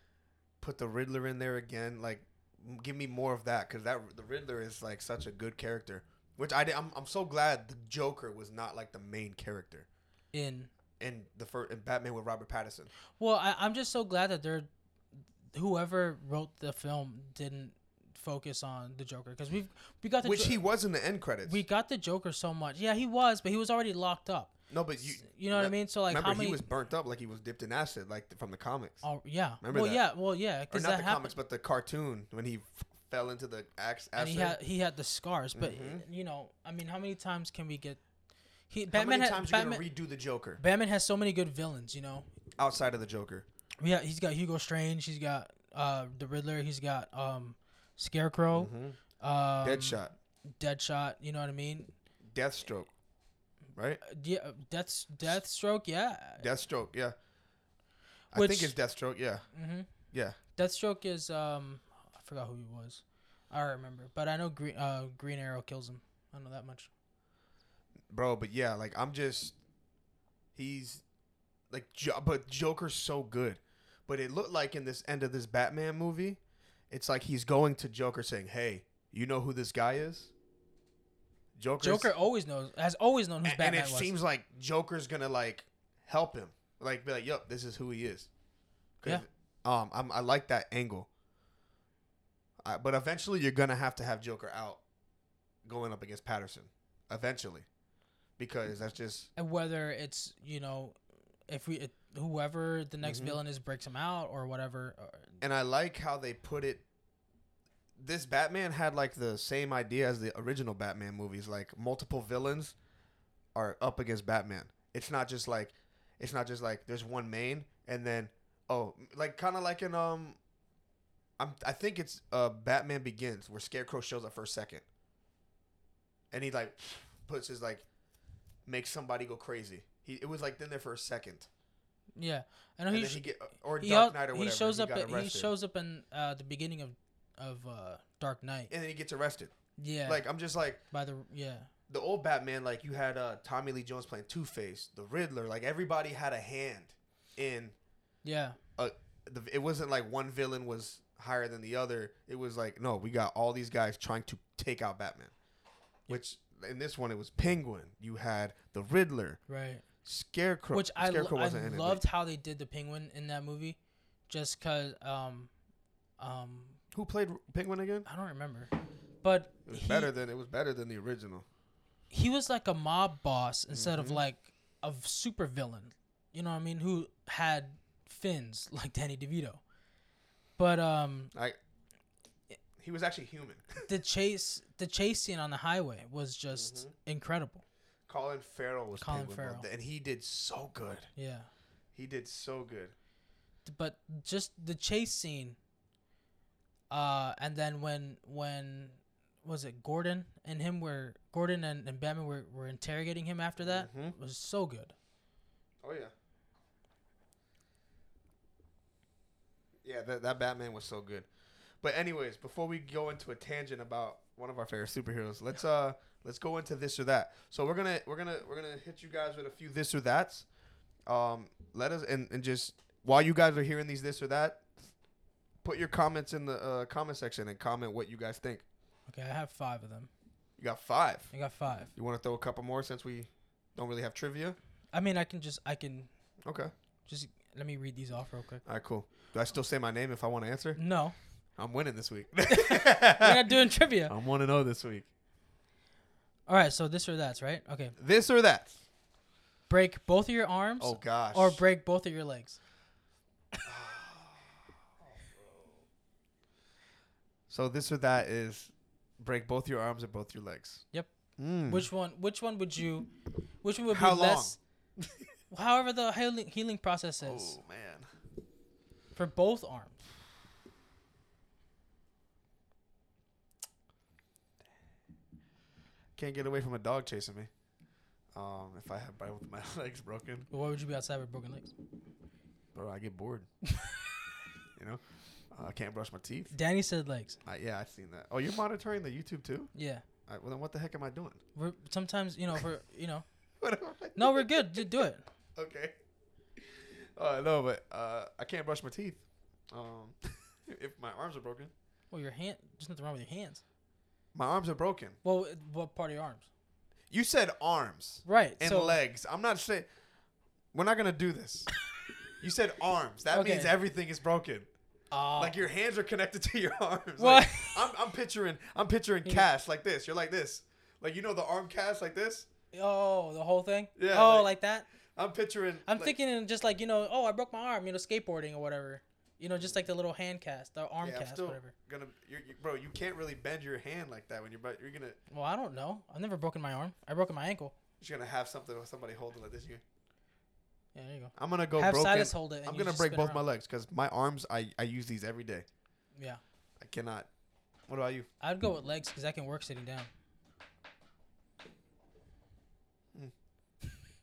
Speaker 2: Put the Riddler in there again. Like, m- give me more of that because that the Riddler is like such a good character. Which I did, I'm I'm so glad the Joker was not like the main character.
Speaker 1: in
Speaker 2: and the first and Batman with Robert Pattinson.
Speaker 1: well I, I'm just so glad that they're whoever wrote the film didn't focus on the Joker because we've we got the
Speaker 2: Which
Speaker 1: Jo-
Speaker 2: he was in the end credits.
Speaker 1: we got the Joker so much. Yeah, he was, but he was already locked up.
Speaker 2: no, but you
Speaker 1: You know what I
Speaker 2: me-
Speaker 1: mean? So like
Speaker 2: remember
Speaker 1: how many?
Speaker 2: he was burnt up like he was dipped in acid like from the comics.
Speaker 1: oh yeah.
Speaker 2: Remember
Speaker 1: well,
Speaker 2: that.
Speaker 1: yeah. Well, yeah.
Speaker 2: or
Speaker 1: Because
Speaker 2: not the
Speaker 1: that happened.
Speaker 2: comics but the cartoon when he f- fell into the ax-
Speaker 1: and
Speaker 2: acid.
Speaker 1: he had he had the scars, but
Speaker 2: Mhm.
Speaker 1: you know, I mean, how many times can we get? He
Speaker 2: How
Speaker 1: Batman.
Speaker 2: many
Speaker 1: ha-
Speaker 2: times
Speaker 1: Batman,
Speaker 2: you gonna redo the Joker
Speaker 1: Batman has so many good villains. You know,
Speaker 2: outside of the Joker?
Speaker 1: yeah. He's got Hugo Strange. He's got uh the Riddler. He's got um Scarecrow.
Speaker 2: Mhm.
Speaker 1: Um,
Speaker 2: Deadshot,
Speaker 1: Deadshot. You know what I mean?
Speaker 2: Deathstroke, right?
Speaker 1: Uh, Yeah. uh, Death's Deathstroke. Yeah.
Speaker 2: Deathstroke, yeah. I
Speaker 1: Which-
Speaker 2: think it's Deathstroke, yeah,
Speaker 1: Mm-hmm.
Speaker 2: yeah.
Speaker 1: Deathstroke is um I forgot who he was. I don't remember, but I know Green uh Green Arrow kills him. I know that much.
Speaker 2: bro. But yeah, like I'm just he's like, jo- but Joker's so good. But it looked like in this end of this Batman movie, it's like he's going to Joker saying, "Hey, you know who this guy is?" Joker's,
Speaker 1: Joker always knows has always known who's
Speaker 2: and, and
Speaker 1: Batman
Speaker 2: it
Speaker 1: was.
Speaker 2: seems like Joker's gonna like help him, like be like, "Yup, this is who he is." 'Cause,
Speaker 1: Yeah.
Speaker 2: Um, I'm, I like that angle. I, but eventually, you're gonna have to have Joker out, going up against Patterson, eventually, because that's just
Speaker 1: and whether it's you know if we it, whoever the next
Speaker 2: Mhm.
Speaker 1: villain is breaks him out or whatever. or-
Speaker 2: and I like how they put it. This Batman had like the same idea as the original Batman movies, like multiple villains are up against Batman. It's not just like, it's not just like there's one main and then oh, like kind of like in um, I'm I think it's uh Batman Begins where Scarecrow shows up for a second, and he like puts his like makes somebody go crazy. He it was like in there for a second,
Speaker 1: yeah, I know
Speaker 2: and
Speaker 1: he
Speaker 2: then
Speaker 1: sh-
Speaker 2: he get or
Speaker 1: he, al-
Speaker 2: Dark Knight or
Speaker 1: he
Speaker 2: whatever.
Speaker 1: shows up
Speaker 2: got
Speaker 1: at, he
Speaker 2: arrested.
Speaker 1: shows up in uh the beginning of of uh Dark Knight.
Speaker 2: and then he gets arrested.
Speaker 1: Yeah,
Speaker 2: Like I'm just like
Speaker 1: by the yeah
Speaker 2: the old Batman. Like you had uh, Tommy Lee Jones playing Two Face, the Riddler. Like everybody had a hand in.
Speaker 1: yeah
Speaker 2: The, it wasn't like one villain was higher than the other. It was like no, we got all these guys trying to take out Batman. Which in this one it was Penguin. You had the Riddler,
Speaker 1: right.
Speaker 2: Scarecrow.
Speaker 1: Which I, lo-
Speaker 2: Scarecrow
Speaker 1: I
Speaker 2: in it, but-
Speaker 1: loved how they did the penguin in that movie, just cause um, um,
Speaker 2: Who played Penguin again?
Speaker 1: I don't remember, but
Speaker 2: It was
Speaker 1: he-
Speaker 2: better than it was better than the original.
Speaker 1: he was like a mob boss instead
Speaker 2: Mhm.
Speaker 1: of like a super villain. You know what I mean? Who had fins like Danny DeVito. But um
Speaker 2: I. He was actually human.
Speaker 1: the chase the chase scene on the highway was just
Speaker 2: Mm-hmm.
Speaker 1: incredible.
Speaker 2: Colin Farrell was
Speaker 1: Colin
Speaker 2: Colin Farrell,
Speaker 1: Farrell.
Speaker 2: and he did so good.
Speaker 1: Yeah.
Speaker 2: He did so good.
Speaker 1: but just the chase scene uh and then when when was it Gordon and him were Gordon and, and Batman were, were interrogating him after that
Speaker 2: Mhm.
Speaker 1: was so good.
Speaker 2: Oh yeah. Yeah, that that Batman was so good. But anyways, before we go into a tangent about one of our favorite superheroes, let's uh let's go into this or that. So we're gonna we're gonna we're gonna hit you guys with a few this or that's. Um, let us and, and just while you guys are hearing these this or that, put your comments in the uh, comment section and comment what you guys think.
Speaker 1: Okay, I have five of them.
Speaker 2: You got five.
Speaker 1: I got five.
Speaker 2: You want to throw a couple more since we don't really have trivia?
Speaker 1: I mean, I can just I can
Speaker 2: Okay. All
Speaker 1: just let me read these off real quick.
Speaker 2: right, cool. Do I still say my name if I want to answer?
Speaker 1: No,
Speaker 2: I'm winning this week.
Speaker 1: we're not doing trivia.
Speaker 2: I'm 1 0 this week.
Speaker 1: All right, so this or that's right. Okay,
Speaker 2: This or that?
Speaker 1: break both of your arms
Speaker 2: Oh, gosh.
Speaker 1: or break both of your legs.
Speaker 2: so, this or that is break both your arms or both your legs.
Speaker 1: Yep.
Speaker 2: Mm.
Speaker 1: Which one? Which one would you? Which one would
Speaker 2: How
Speaker 1: be
Speaker 2: long?
Speaker 1: less? However, the healing, healing process
Speaker 2: Oh,
Speaker 1: is
Speaker 2: man.
Speaker 1: for both arms.
Speaker 2: Can't get away from a dog chasing me. Um, if I have both my legs broken,
Speaker 1: But why would you be outside with broken legs?
Speaker 2: bro, I get bored. you know? Uh, I can't brush my teeth.
Speaker 1: Danny said legs.
Speaker 2: I, yeah, I've seen that. Oh, you're monitoring the YouTube too?
Speaker 1: Yeah.
Speaker 2: All right, well, then what the heck am I doing?
Speaker 1: We're sometimes you know for you know.
Speaker 2: What am I
Speaker 1: No, we're good. Just do it.
Speaker 2: okay. Uh, no, but uh, I can't brush my teeth. Um, if my arms are broken,
Speaker 1: Well, your hand. There's nothing wrong with your hands.
Speaker 2: my arms are broken.
Speaker 1: Well, it- what part of your arms?
Speaker 2: You said arms
Speaker 1: Right.
Speaker 2: and
Speaker 1: so
Speaker 2: legs. I'm not saying we're not gonna do this. you said arms. That means
Speaker 1: Okay.
Speaker 2: everything is broken.
Speaker 1: Oh.
Speaker 2: Like your hands are connected to your arms.
Speaker 1: What?
Speaker 2: Like, I'm, I'm picturing. I'm picturing cast like this. You're like this. Like you know the arm cast like this.
Speaker 1: oh, the whole thing.
Speaker 2: Yeah,
Speaker 1: Oh,
Speaker 2: like-
Speaker 1: like, that.
Speaker 2: I'm picturing.
Speaker 1: I'm
Speaker 2: like-
Speaker 1: thinking in just like you know. Oh, I broke my arm. You know, skateboarding or whatever. You know, just like the little hand cast, the arm
Speaker 2: Yeah, I'm
Speaker 1: cast,
Speaker 2: still
Speaker 1: whatever.
Speaker 2: gonna. You're, you, bro, you can't really bend your hand like that when you're. But you're gonna.
Speaker 1: Well, I don't know. I've never broken my arm. I broken my ankle.
Speaker 2: You're gonna have something with somebody holding like this. You.
Speaker 1: Yeah, there you go.
Speaker 2: I'm gonna go
Speaker 1: Have
Speaker 2: broken.
Speaker 1: Silas hold it. and
Speaker 2: I'm
Speaker 1: you
Speaker 2: gonna
Speaker 1: just
Speaker 2: break
Speaker 1: spin
Speaker 2: both my
Speaker 1: around.
Speaker 2: legs because my arms. I I use these every day.
Speaker 1: Yeah,
Speaker 2: I cannot. What about you?
Speaker 1: I'd go with legs because I can work sitting down.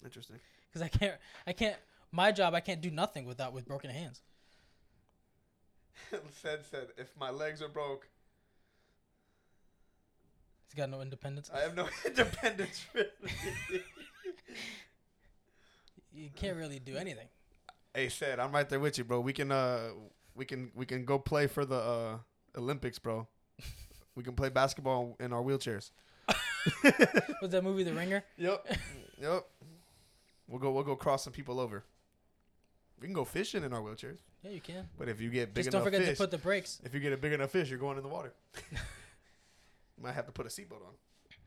Speaker 2: Interesting.
Speaker 1: Because I can't. I can't. My job, I can't do nothing without with broken hands.
Speaker 2: said said if my legs are broke,
Speaker 1: He's got no independence.
Speaker 2: I have no independence. really.
Speaker 1: You can't really do anything.
Speaker 2: hey said I'm right there with you, bro. We can uh we can we can go play for the uh Olympics, bro. We can play basketball in our wheelchairs.
Speaker 1: Was that movie The Ringer?
Speaker 2: Yep. yep. We'll go. We'll go cross some people over. We can go fishing in our wheelchairs.
Speaker 1: Yeah, you can.
Speaker 2: But if you get big
Speaker 1: Just don't
Speaker 2: enough
Speaker 1: forget
Speaker 2: fish,
Speaker 1: to put the brakes.
Speaker 2: if you get a big enough fish, you're going in the water. Might have to put a seatbelt on,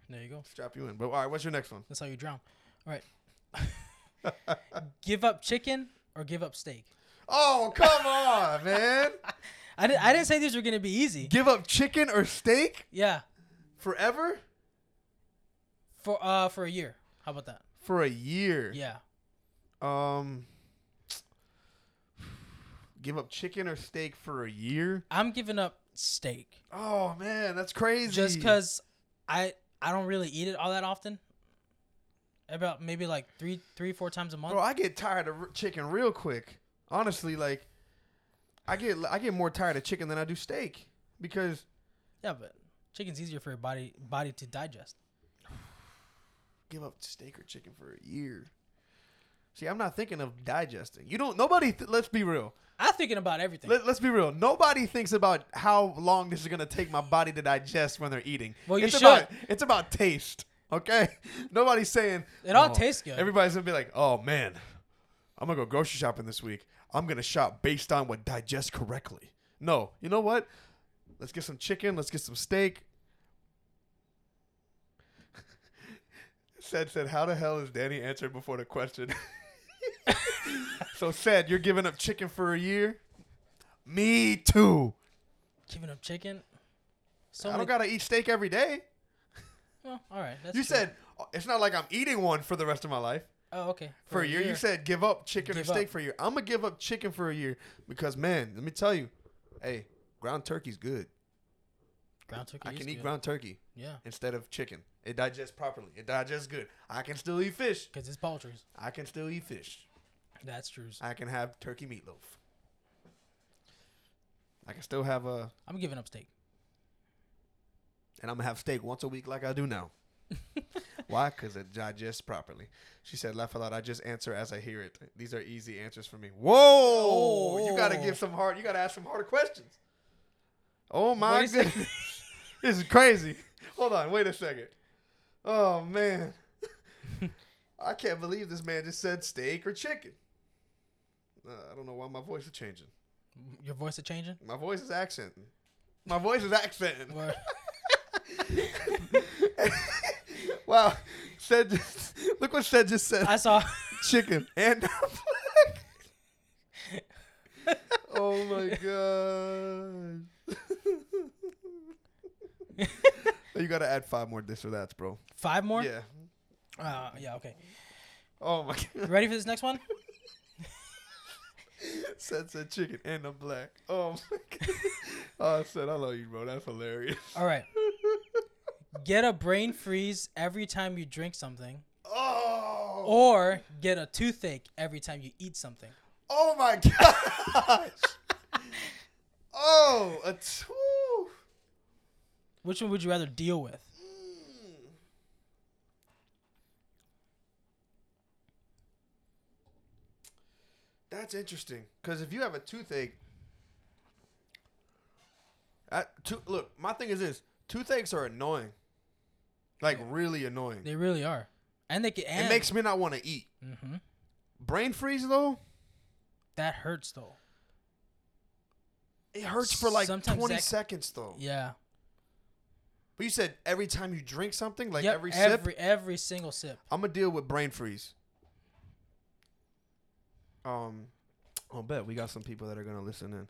Speaker 1: There you go.
Speaker 2: strap you in. But all right, what's your next one?
Speaker 1: That's how you drown. All right. give up chicken or give up steak.
Speaker 2: Oh come on, man!
Speaker 1: I didn't. I didn't say these were gonna be easy.
Speaker 2: Give up chicken or steak
Speaker 1: Yeah.
Speaker 2: forever
Speaker 1: For uh for a year. How about that?
Speaker 2: for a year.
Speaker 1: Yeah.
Speaker 2: Um. Give up chicken or steak for a year?
Speaker 1: I'm giving up steak
Speaker 2: Oh man, that's crazy.
Speaker 1: just because I I don't really eat it all that often. About maybe like three three four times a month.
Speaker 2: Bro, I get tired of r- chicken real quick. Honestly, like I get I get more tired of chicken than I do steak because
Speaker 1: Yeah, but chicken's easier for your body body to digest.
Speaker 2: give up steak or chicken for a year. See, I'm not thinking of digesting. You don't. Nobody. Th- let's be real.
Speaker 1: I'm thinking about everything.
Speaker 2: Let, let's be real. Nobody thinks about how long this is gonna take my body to digest when they're eating.
Speaker 1: Well, you
Speaker 2: it's
Speaker 1: should.
Speaker 2: About, it's about taste. Okay. Nobody's saying
Speaker 1: It all
Speaker 2: "Oh."
Speaker 1: tastes good.
Speaker 2: Everybody's gonna be like, "Oh man, I'm gonna go grocery shopping this week. I'm gonna shop based on what digests correctly." No, you know what? Let's get some chicken. Let's get some steak. Said said, how the hell is Danny answered before the question? so said, you're giving up chicken for a year? Me too.
Speaker 1: Giving up chicken. So
Speaker 2: I don't
Speaker 1: many-
Speaker 2: gotta eat steak every day.
Speaker 1: well, all right. That's
Speaker 2: you
Speaker 1: true.
Speaker 2: said "Oh, it's not like I'm eating one for the rest of my life.
Speaker 1: Oh, okay.
Speaker 2: For, a year, you said give up chicken
Speaker 1: Give
Speaker 2: or steak
Speaker 1: up.
Speaker 2: for a year. I'm gonna give up chicken for a year because man, let me tell you, hey, ground turkey's good.
Speaker 1: ground turkey.
Speaker 2: I
Speaker 1: is
Speaker 2: can eat
Speaker 1: good.
Speaker 2: ground turkey
Speaker 1: Yeah,
Speaker 2: instead of chicken. It digests properly. It digests good. I can still eat fish.
Speaker 1: because it's poultry.
Speaker 2: I can still eat fish.
Speaker 1: That's true.
Speaker 2: I can have turkey meatloaf. I can still have a,
Speaker 1: I'm giving up steak.
Speaker 2: and I'm gonna have steak once a week like I do now. Why? Because it digests properly. She said, laugh a lot. I just answer as I hear it. These are easy answers for me. Whoa! You gotta give some hard. You gotta ask some harder questions. Oh my
Speaker 1: Wait a second.
Speaker 2: goodness, this is crazy. Hold on, wait a second. Oh man, I can't believe this man just said steak or chicken. Uh, I don't know why my voice is changing.
Speaker 1: Your voice is changing.
Speaker 2: My voice is accenting. My voice is accenting.
Speaker 1: Or
Speaker 2: wow. Said just, look what said just said.
Speaker 1: I saw.
Speaker 2: Chicken and Oh my god. you gotta add five more this or that's, bro.
Speaker 1: Five more.
Speaker 2: Yeah.
Speaker 1: Uh, yeah. Okay.
Speaker 2: Oh my god.
Speaker 1: Ready for this next one?
Speaker 2: Said said chicken and I'm black. Oh my god. Oh, I said I love you, bro. That's hilarious.
Speaker 1: All right. Get a brain freeze every time you drink something,
Speaker 2: Oh.
Speaker 1: or get a toothache every time you eat something.
Speaker 2: Oh my gosh! oh, a two.
Speaker 1: Which one would you rather deal with?
Speaker 2: That's interesting. Because if you have a toothache, I, to, look, my thing is this: toothaches are annoying, like really annoying.
Speaker 1: They really are, and they can. And
Speaker 2: it makes me not want to eat.
Speaker 1: hmm
Speaker 2: Brain freeze though,
Speaker 1: that hurts though.
Speaker 2: it hurts for like
Speaker 1: Sometimes
Speaker 2: twenty
Speaker 1: that-
Speaker 2: seconds though.
Speaker 1: Yeah.
Speaker 2: But you said every time you drink something, like
Speaker 1: Yep,
Speaker 2: every sip,
Speaker 1: every every single sip.
Speaker 2: I'm gonna deal with brain freeze. Um, I'll bet we got some people that are gonna listen in.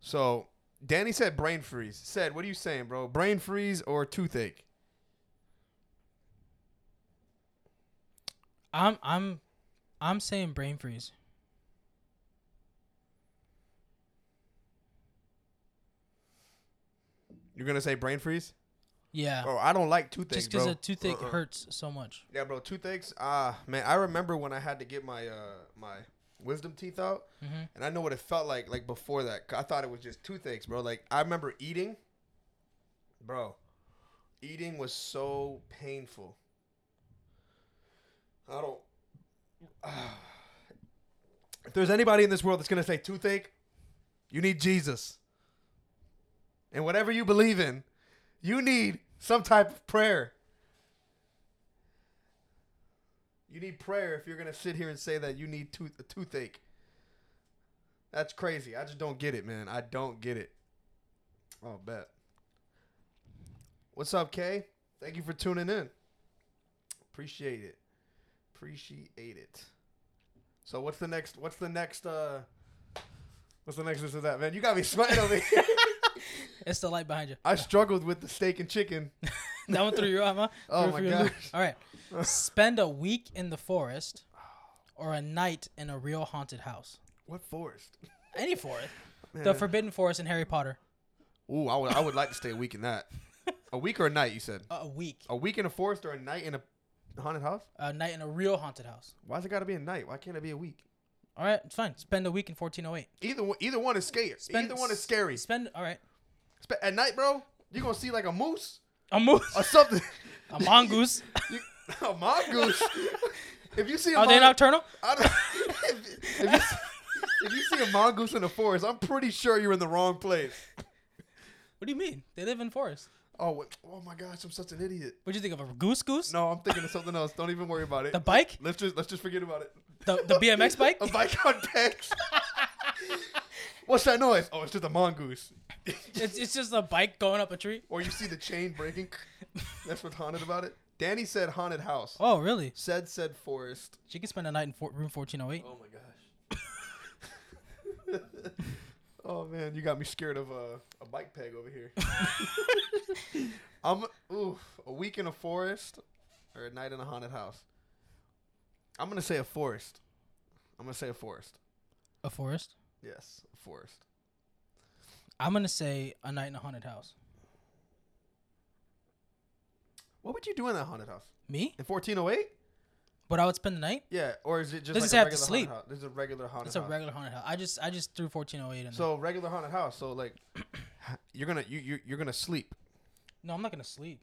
Speaker 2: So Danny said brain freeze. Said, what are you saying, bro? Brain freeze or toothache?
Speaker 1: I'm I'm I'm saying brain freeze.
Speaker 2: You're gonna say brain freeze?
Speaker 1: Yeah.
Speaker 2: Bro, I don't like toothache,
Speaker 1: Just
Speaker 2: Oh, bro.
Speaker 1: because a toothache
Speaker 2: Uh-uh.
Speaker 1: hurts so much.
Speaker 2: Yeah, bro, toothaches. Ah, man, I remember when I had to get my uh my wisdom teeth out,
Speaker 1: Mhm.
Speaker 2: and I know what it felt like like before that. 'Cause I thought it was just toothaches, bro. Like I remember eating, bro. Eating was so painful. I don't. if there's anybody in this world that's gonna say toothache, you need Jesus. And whatever you believe in, you need some type of prayer. You need prayer if you're gonna sit here and say that you need tooth a toothache. That's crazy. I just don't get it, man. I don't get it. I'll bet. What's up, Kay? Thank you for tuning in. Appreciate it. Appreciate it. So what's the next what's the next uh what's the next this or that, man? You got me sweating over here.
Speaker 1: It's the light behind you.
Speaker 2: I struggled with the steak and chicken.
Speaker 1: That one threw you off, huh?
Speaker 2: Oh
Speaker 1: Threw
Speaker 2: my
Speaker 1: you for a loop.
Speaker 2: gosh.
Speaker 1: All right. Spend a week in the forest or a night in a real haunted house.
Speaker 2: What forest?
Speaker 1: Any forest. The
Speaker 2: Man.
Speaker 1: Forbidden Forest in Harry Potter.
Speaker 2: Ooh, I would I would like to stay a week in that. A week or a night, you said.
Speaker 1: A a week.
Speaker 2: A week in a forest or a night in a haunted house?
Speaker 1: A night in a real haunted house.
Speaker 2: Why's it got to be a night? Why can't it be a week?
Speaker 1: All right, it's fine. Spend a week in 1408.
Speaker 2: Either one, either one is scary.
Speaker 1: Spend,
Speaker 2: either one is scary.
Speaker 1: Spend all right.
Speaker 2: Spe- At night, bro, you gonna see like a moose
Speaker 1: A moose,
Speaker 2: or something.
Speaker 1: a mongoose.
Speaker 2: You- a mongoose. if you see a
Speaker 1: Are they
Speaker 2: mon-
Speaker 1: nocturnal?
Speaker 2: I don't, if, if you see, if you see a mongoose in the forest, I'm pretty sure you're in the wrong place.
Speaker 1: What do you mean? They live in forest.
Speaker 2: Oh, wait. oh my gosh, I'm such an idiot.
Speaker 1: What'd you think of a goose goose?
Speaker 2: No, I'm thinking of something else. Don't even worry about it.
Speaker 1: The bike?
Speaker 2: Let's just let's just forget about it.
Speaker 1: The- the BMX bike?
Speaker 2: a bike on pegs. What's that noise? Oh, it's just a mongoose.
Speaker 1: It's, it's just a bike going up a tree.
Speaker 2: Or you see the chain breaking. That's what's haunted about it. Danny said haunted house.
Speaker 1: Oh, really?
Speaker 2: Said said forest.
Speaker 1: She can spend a night in four, room 1408.
Speaker 2: Oh my gosh. oh man, you got me scared of a, a bike peg over here. I'm oof, a week in a forest or a night in a haunted house. I'm gonna say a forest. I'm gonna say a forest.
Speaker 1: A forest?
Speaker 2: Yes, a forest.
Speaker 1: I'm going to say a night in a haunted house.
Speaker 2: What would you do in that haunted house?
Speaker 1: Me?
Speaker 2: In 1408?
Speaker 1: But I would spend the night?
Speaker 2: Yeah, or is it just
Speaker 1: Doesn't
Speaker 2: like a
Speaker 1: say I have to
Speaker 2: regular
Speaker 1: sleep.
Speaker 2: haunted house? There's a regular haunted
Speaker 1: It's a
Speaker 2: house.
Speaker 1: regular haunted house. I just I just threw 1408 in there.
Speaker 2: so regular haunted house. So like, you're gonna you you you're gonna sleep.
Speaker 1: No, I'm not going to sleep.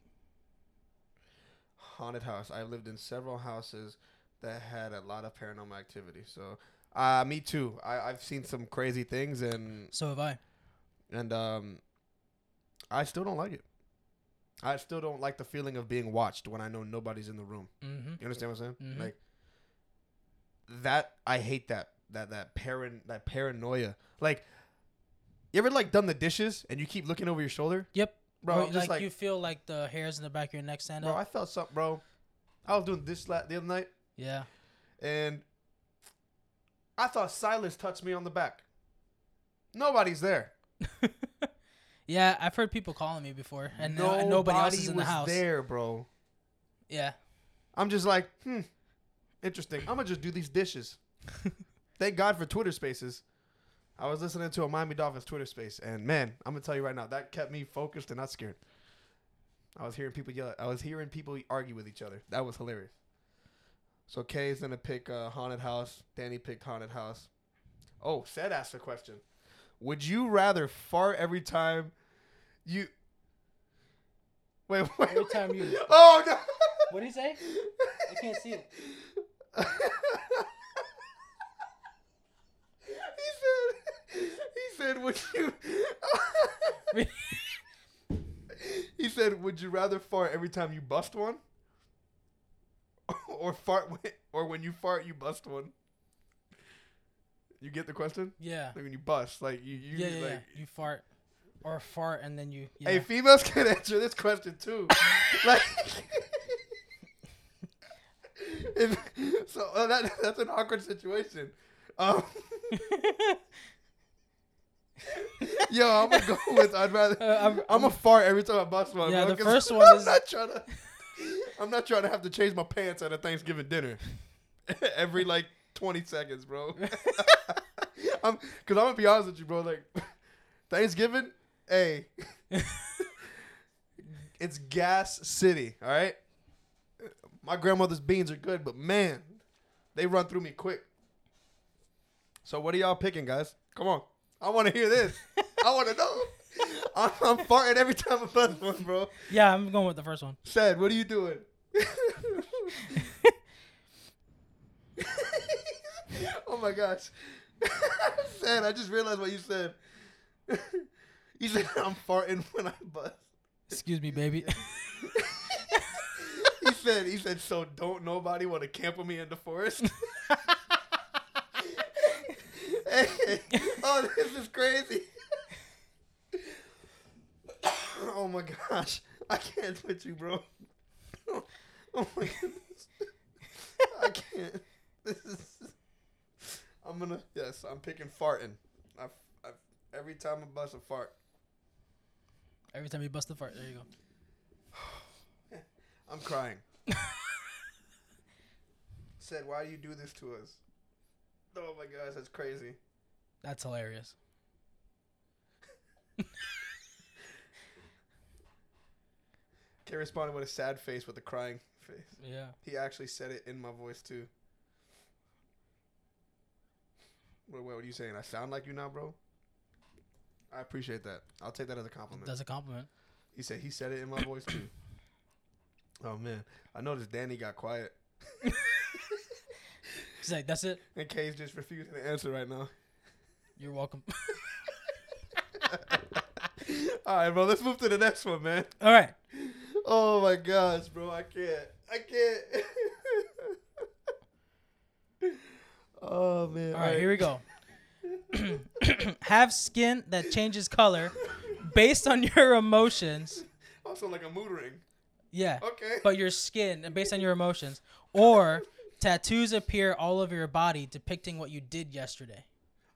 Speaker 2: haunted house. I've lived in several houses that had a lot of paranormal activity. So, uh, me too. I, I've seen some crazy things, and
Speaker 1: So have I.
Speaker 2: and um, I still don't like it. I still don't like the feeling of being watched when I know nobody's in the room.
Speaker 1: Mhm.
Speaker 2: You understand what I'm saying?
Speaker 1: Mhm.
Speaker 2: Like that. I hate that that that paran that paranoia. Like, you ever like done the dishes and you keep looking over your shoulder,
Speaker 1: Yep.
Speaker 2: bro?
Speaker 1: Or,
Speaker 2: just
Speaker 1: like,
Speaker 2: like
Speaker 1: you feel like the hairs in the back of your neck stand
Speaker 2: bro,
Speaker 1: up.
Speaker 2: I felt something, bro. I was doing this la- the other night.
Speaker 1: yeah.
Speaker 2: and I thought Silas touched me on the back. Nobody's there.
Speaker 1: Yeah, I've heard people calling me before, and, no, and nobody else is in the
Speaker 2: was
Speaker 1: house.
Speaker 2: There, bro.
Speaker 1: Yeah.
Speaker 2: I'm just like, hmm, interesting. I'm gonna just do these dishes. Thank God for Twitter Spaces. I was listening to a Miami Dolphins Twitter Space, and man, I'm gonna tell you right now, that kept me focused and not scared. I was hearing people yell. I was hearing people argue with each other. That was hilarious. So Kay is gonna pick uh, haunted house. Danny picked haunted house. Oh, said asked a question. Would you rather fart every time you? Wait, wait.
Speaker 1: Every time you-
Speaker 2: Oh no.
Speaker 1: What did he say? I can't see it.
Speaker 2: he said, he said, would you? he said, would you rather fart every time you bust one, or fart when, or when you fart you bust one? You get the question?
Speaker 1: Yeah.
Speaker 2: Like when you bust, like you, you
Speaker 1: Yeah, yeah,
Speaker 2: like.
Speaker 1: yeah. You fart, or fart, and then you. Yeah.
Speaker 2: Hey, females can answer this question too. like, if, so uh, that, that's an awkward situation. Um, yo, I'm gonna go with. I'd rather.
Speaker 1: Uh,
Speaker 2: I'm,
Speaker 1: I'm-
Speaker 2: a fart every time I bust one.
Speaker 1: Yeah,
Speaker 2: bro,
Speaker 1: the
Speaker 2: 'cause
Speaker 1: first one
Speaker 2: I'm
Speaker 1: is-
Speaker 2: Not trying to, I'm not trying to have to change my pants at a Thanksgiving dinner every like 20 seconds, bro. I'm, Cause I'm gonna be honest with you, bro. Like Thanksgiving, hey, it's gas city. All right. My grandmother's beans are good, but man, they run through me quick. So what are y'all picking, guys? Come on, I want to hear this. I want to know. I'm, I'm farting every time I bust one, bro.
Speaker 1: yeah, I'm going with the first one.
Speaker 2: Said, what are you doing? oh my gosh. Sad, I just realized what you said. you said I'm farting when I bust.
Speaker 1: Excuse me, baby.
Speaker 2: he said he said so don't nobody want to camp with me in the forest. Hey, oh, this is crazy. oh my gosh. I can't with you, bro. Oh my goodness. I can't. This is. I'm gonna. Yes, I'm picking farting. I, I, every time I bust a fart,
Speaker 1: Every time you bust the fart, there you go.
Speaker 2: I'm crying. Said, why do you do this to us? Oh my gosh, that's crazy.
Speaker 1: That's hilarious.
Speaker 2: Kay responded with a sad face with a crying face.
Speaker 1: Yeah.
Speaker 2: He actually said it in my voice too. What, what are you saying? I sound like you now, bro? I appreciate that. I'll take that as a compliment.
Speaker 1: That's a compliment.
Speaker 2: He said he said it in my voice too. Oh man, I noticed Danny got quiet.
Speaker 1: She's like, that's it.
Speaker 2: And Kay's just refusing to answer right now.
Speaker 1: You're welcome.
Speaker 2: All right, bro, let's move to the next one, man.
Speaker 1: All right.
Speaker 2: Oh my gosh, bro, I can't. I can't. oh man. Oh,
Speaker 1: All right, here we go. have skin that changes color based on your emotions.
Speaker 2: Also, like a mood ring.
Speaker 1: Yeah.
Speaker 2: Okay.
Speaker 1: But your skin and based on your emotions. Or tattoos appear all over your body depicting what you did yesterday.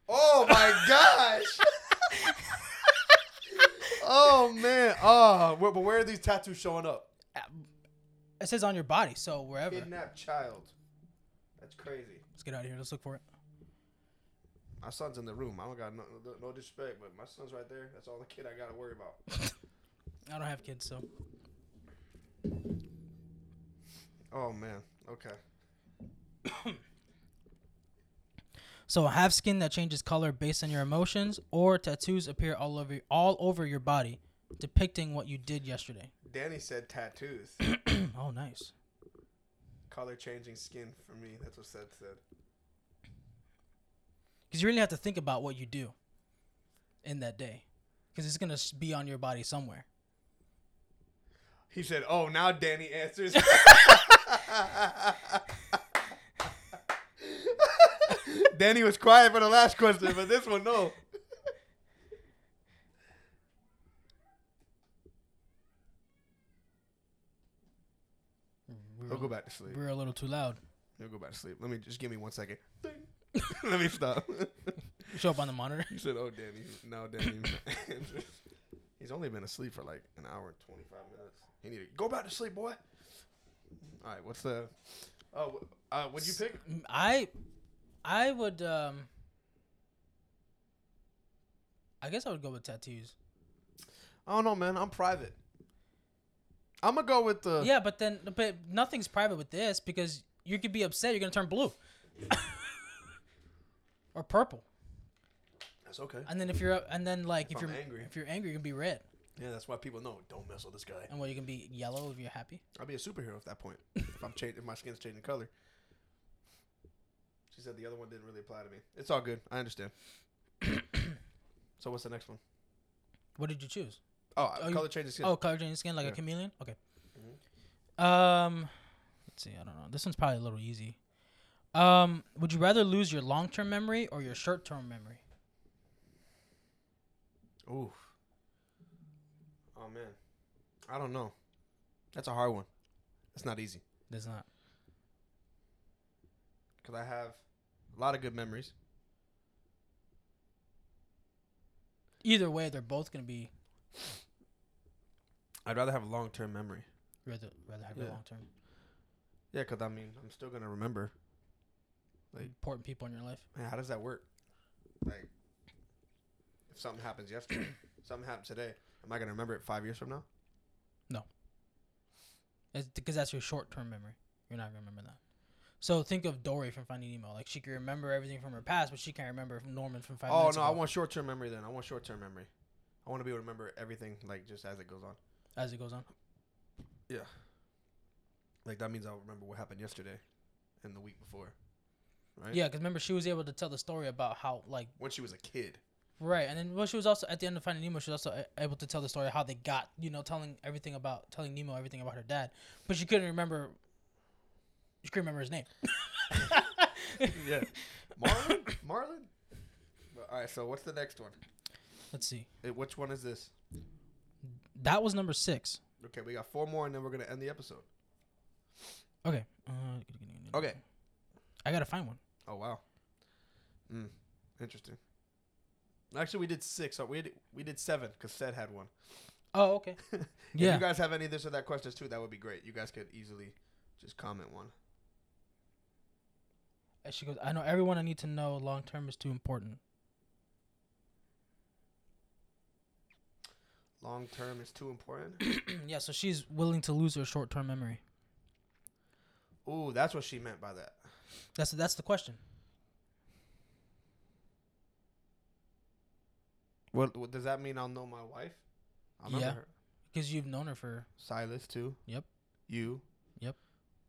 Speaker 2: Oh my gosh. oh man. Oh, where, but where are these tattoos showing up?
Speaker 1: It says on your body, so wherever.
Speaker 2: Kidnapped child. That's crazy.
Speaker 1: Let's get out of here. Let's look for it.
Speaker 2: My son's in the room. I don't got no, no, no disrespect, but my son's right there. That's all the kid I gotta worry about.
Speaker 1: I don't have kids, so
Speaker 2: Oh man. Okay.
Speaker 1: so have skin that changes color based on your emotions, or tattoos appear all over all over your body depicting what you did yesterday.
Speaker 2: Danny said tattoos.
Speaker 1: oh, nice.
Speaker 2: Color changing skin for me. That's what Seth said.
Speaker 1: Because you really have to think about what you do in that day, because it's gonna s- be on your body somewhere.
Speaker 2: He said, "Oh, now Danny answers." Danny was quiet for the last question, but this one, no.
Speaker 1: We're,
Speaker 2: He'll go back to sleep.
Speaker 1: we're a little too loud.
Speaker 2: He'll go back to sleep. Let me just give me one second. Ding. Let me stop.
Speaker 1: Show up on the monitor.
Speaker 2: he said, "Oh, Danny, now Danny answers." He's only been asleep for like an hour and twenty five minutes. He need to go back to sleep, boy. All right, what's the? Oh, uh, what'd you pick?
Speaker 1: Mm, I, I would. um I guess I would go with tattoos.
Speaker 2: I don't know, man. I'm private. I'm gonna go with the.
Speaker 1: Yeah, but then, but nothing's private with this because you could be upset. You're gonna turn blue, or purple,
Speaker 2: That's okay.
Speaker 1: and then if you're, and then like if,
Speaker 2: I'm
Speaker 1: you're
Speaker 2: angry.
Speaker 1: if you're angry, you're gonna be red,
Speaker 2: Yeah, that's why people know. Don't mess with this guy.
Speaker 1: and well, you can be yellow if you're happy.
Speaker 2: I'll be a superhero at that point. if I'm changing, if my skin's changing color. She said the other one didn't really apply to me. It's all good. I understand. so what's the next one?
Speaker 1: What did you choose?
Speaker 2: Oh,
Speaker 1: Oh, you-
Speaker 2: color changes skin.
Speaker 1: Oh, color changing skin like
Speaker 2: Yeah. Mm-hmm.
Speaker 1: a chameleon. Okay. Um, let's see. I don't know. This one's probably a little easy. Um, would you rather lose your long term memory or your short term memory?
Speaker 2: Ooh. Oh man, I don't know. That's a hard one. That's not easy
Speaker 1: That's not.
Speaker 2: because I have a lot of good memories.
Speaker 1: Either way, they're both gonna be
Speaker 2: I'd rather have long term memory.
Speaker 1: rather rather have
Speaker 2: Yeah.
Speaker 1: long term
Speaker 2: Yeah, because I mean, I'm still gonna remember. Like-
Speaker 1: important people in your life.
Speaker 2: Man, how does that work? Like, if something happens yesterday, something happened today, am I gonna remember it five years from now?
Speaker 1: because that's your short term memory. You're not gonna remember that. So think of Dory from Finding Nemo. Like she can remember everything from her past, but she can't remember Norman from Five
Speaker 2: oh no,
Speaker 1: Minutes
Speaker 2: I
Speaker 1: Ago
Speaker 2: want short term memory. Then I want short term memory. I want to be able to remember everything like just as it goes on.
Speaker 1: as it goes on.
Speaker 2: Like that means I'll remember what happened yesterday, and the week before, right?
Speaker 1: Yeah, because remember she was able to tell the story about how like
Speaker 2: When she was a kid.
Speaker 1: right, and then well she was also at the end of Finding Nemo she was also a- able to tell the story of how they got you know telling everything about telling Nemo everything about her dad, but she couldn't remember. She couldn't remember his name.
Speaker 2: yeah. Marlon. Marlon. But, all right. So what's the next one?
Speaker 1: Let's see.
Speaker 2: Eh, which one is this?
Speaker 1: That was number six.
Speaker 2: Okay, we got four more, and then we're gonna end the episode.
Speaker 1: Okay. Uh,
Speaker 2: Okay.
Speaker 1: I gotta find one.
Speaker 2: Oh wow. Mm, interesting. Actually, we did six. So we did, we did seven because Seth had one.
Speaker 1: Oh, okay.
Speaker 2: If
Speaker 1: yeah.
Speaker 2: you guys have any of this or that questions too, that would be great. You guys could easily just comment one.
Speaker 1: And she goes, I know everyone I need to know long term is too important.
Speaker 2: Long term is too important.
Speaker 1: yeah, so she's willing to lose her short term memory.
Speaker 2: Ooh, that's what she meant by that.
Speaker 1: That's that's the question.
Speaker 2: What, what does that mean? I'll know my wife. I remember
Speaker 1: Yeah.
Speaker 2: her.
Speaker 1: Because you've known her for
Speaker 2: Silas too.
Speaker 1: Yep.
Speaker 2: You.
Speaker 1: Yep.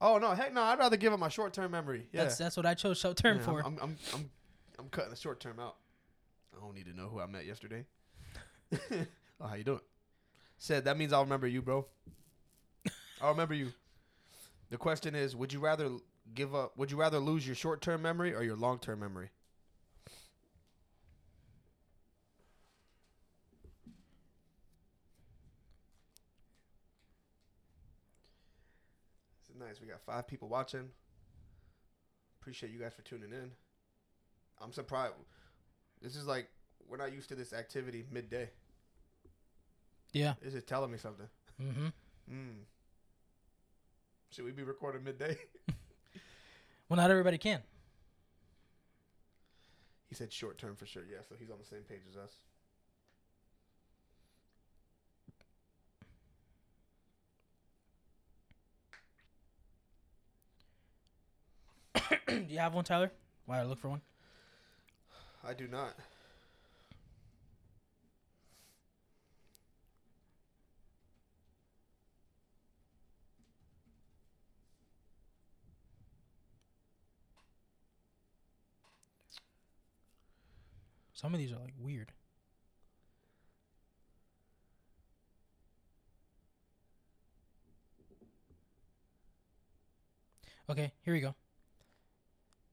Speaker 2: Oh no! Heck no! I'd rather give up my short term memory. Yeah.
Speaker 1: that's that's what I chose short term
Speaker 2: Yeah,
Speaker 1: for.
Speaker 2: I'm, I'm, I'm, I'm, I'm cutting the short term out. I don't need to know who I met yesterday. oh, how you doing? Said that means I'll remember you, bro. I'll remember you. The question is, would you rather give up? Would you rather lose your short term memory or your long term memory? Nice. We got five people watching. Appreciate you guys for tuning in. I'm surprised. This is like we're not used to this activity midday.
Speaker 1: Yeah.
Speaker 2: This is telling me something.
Speaker 1: Mm-hmm.
Speaker 2: Mm. Should we be recording midday?
Speaker 1: Well, not everybody can.
Speaker 2: he said short term for sure. Yeah, so he's on the same page as us.
Speaker 1: Do you have one, Tyler? Why I look for one?
Speaker 2: I do not.
Speaker 1: Some of these are like weird. Okay, here we go.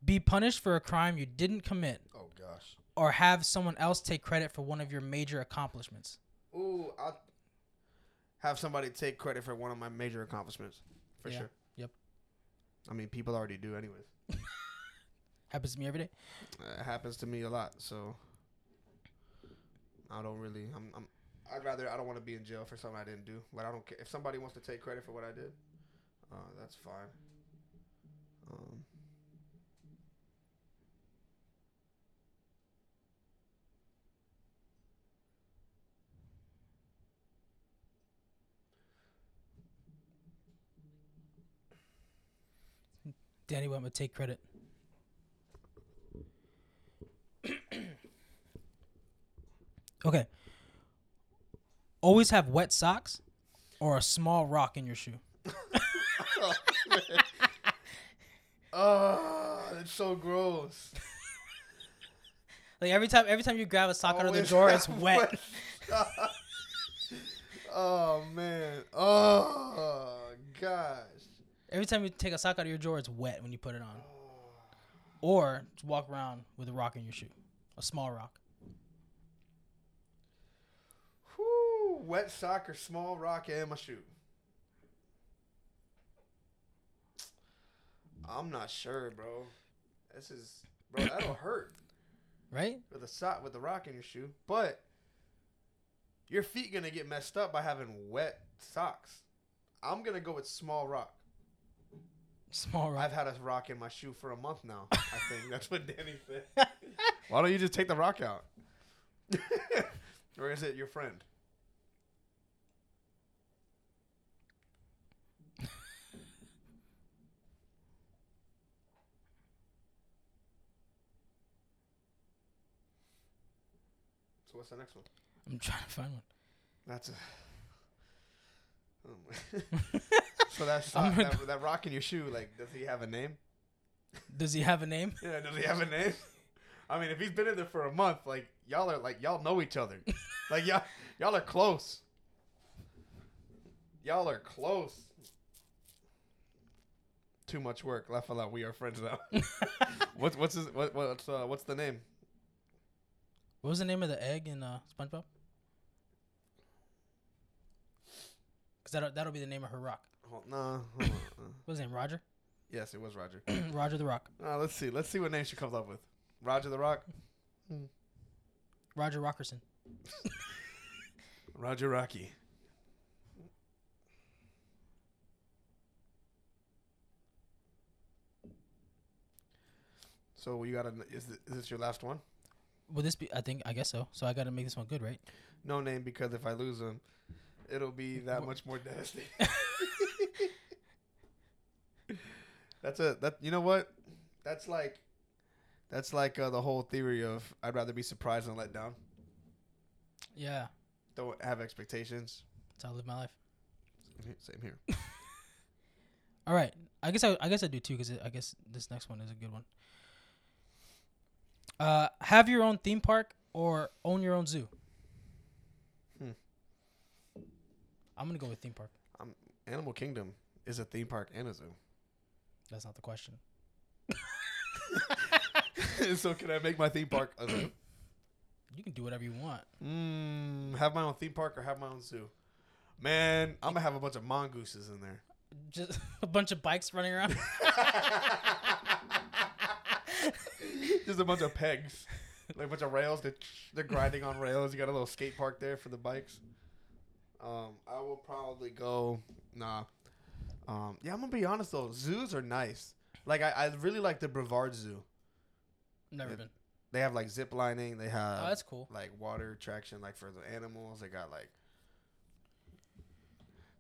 Speaker 1: Be punished for a crime you didn't commit
Speaker 2: Oh gosh.
Speaker 1: or have someone else take credit for one of your major accomplishments.
Speaker 2: Ooh, I'll have somebody take credit for one of my major accomplishments. For
Speaker 1: Yeah.
Speaker 2: sure.
Speaker 1: Yep.
Speaker 2: I mean, people already do anyways.
Speaker 1: Happens to me every day.
Speaker 2: Uh, it happens to me a lot, so I don't really. I'm. I'm I'd rather. I don't want to be in jail for something I didn't do. But I don't care if somebody wants to take credit for what I did. Uh, that's fine. Um,
Speaker 1: Danny Wentworth take credit. okay. Always have wet socks or a small rock in your shoe.
Speaker 2: oh, it's so gross.
Speaker 1: Like every time every time you grab a sock out of the
Speaker 2: Always
Speaker 1: drawer, it's
Speaker 2: have
Speaker 1: wet.
Speaker 2: wet socks. oh man. Oh gosh.
Speaker 1: Every time you take a sock out of your drawer, it's wet when you put it on.
Speaker 2: Oh.
Speaker 1: Or just walk around with a rock in your shoe. A small rock.
Speaker 2: Whew, wet sock or small rock in my shoe. I'm not sure, bro. This is bro, that'll hurt
Speaker 1: Right?
Speaker 2: with a sock with the rock in your shoe. But your feet gonna get messed up by having wet socks. I'm gonna go with small rock.
Speaker 1: Small rock.
Speaker 2: I've had a rock in my shoe for a month now. I think that's what Danny said. Why don't you just take the rock out? or is it your friend? so what's the next one?
Speaker 1: I'm trying to find one.
Speaker 2: That's a. Oh my. so that's
Speaker 1: I'm
Speaker 2: that,
Speaker 1: gonna
Speaker 2: that, that rock in your shoe. Like, does he have a name?
Speaker 1: Does he have a name?
Speaker 2: Yeah, does he have a name? I mean, if he's been in there for a month, like y'all are like y'all know each other, like y'all y'all are close. Y'all are close. Too much work. Laugh out loud. We are friends now. what's what's his, what, what's uh, what's the name?
Speaker 1: What was the name of the egg in uh, SpongeBob? Because that'll, that'll be the name of her rock.
Speaker 2: Hold, nah. hold on. uh.
Speaker 1: What was his name? Roger?
Speaker 2: yes, it was Roger.
Speaker 1: Roger the Rock.
Speaker 2: Uh, let's see. Let's see what name she comes up with. Roger the Rock.
Speaker 1: Roger Rockerson.
Speaker 2: Roger Rocky. So you got a is this, is this your last one?
Speaker 1: Will this be? I think, I guess so. So I got to make this one good, right?
Speaker 2: No name because if I lose him, it'll be that much more devastating. that's a that you know what? That's like that's like uh, the whole theory of I'd rather be surprised than let down.
Speaker 1: Yeah.
Speaker 2: Don't have expectations.
Speaker 1: That's how I live my life.
Speaker 2: Same here.
Speaker 1: All right. I guess I, I guess I do too because I guess this next one is a good one. Uh, have your own theme park or own your own zoo.
Speaker 2: Hmm.
Speaker 1: I'm gonna go with theme park.
Speaker 2: Um, Animal Kingdom is a theme park and a zoo.
Speaker 1: That's not the question.
Speaker 2: so can I make my theme park a zoo?
Speaker 1: You can do whatever you want.
Speaker 2: Mm, have my own theme park or have my own zoo? Man, I'm gonna have a bunch of mongooses in there.
Speaker 1: just a bunch of bikes running around.
Speaker 2: Just a bunch of pegs, like a bunch of rails. That they're grinding on rails. You got a little skate park there for the bikes. Um, I will probably go. Nah. Um, yeah, I'm gonna be honest though. Zoos are nice. Like I, I really like the Brevard Zoo.
Speaker 1: Never
Speaker 2: Yeah. uh,
Speaker 1: been.
Speaker 2: They have like zip lining. They have
Speaker 1: Oh, that's cool.
Speaker 2: like water attraction, like for the animals. They got like.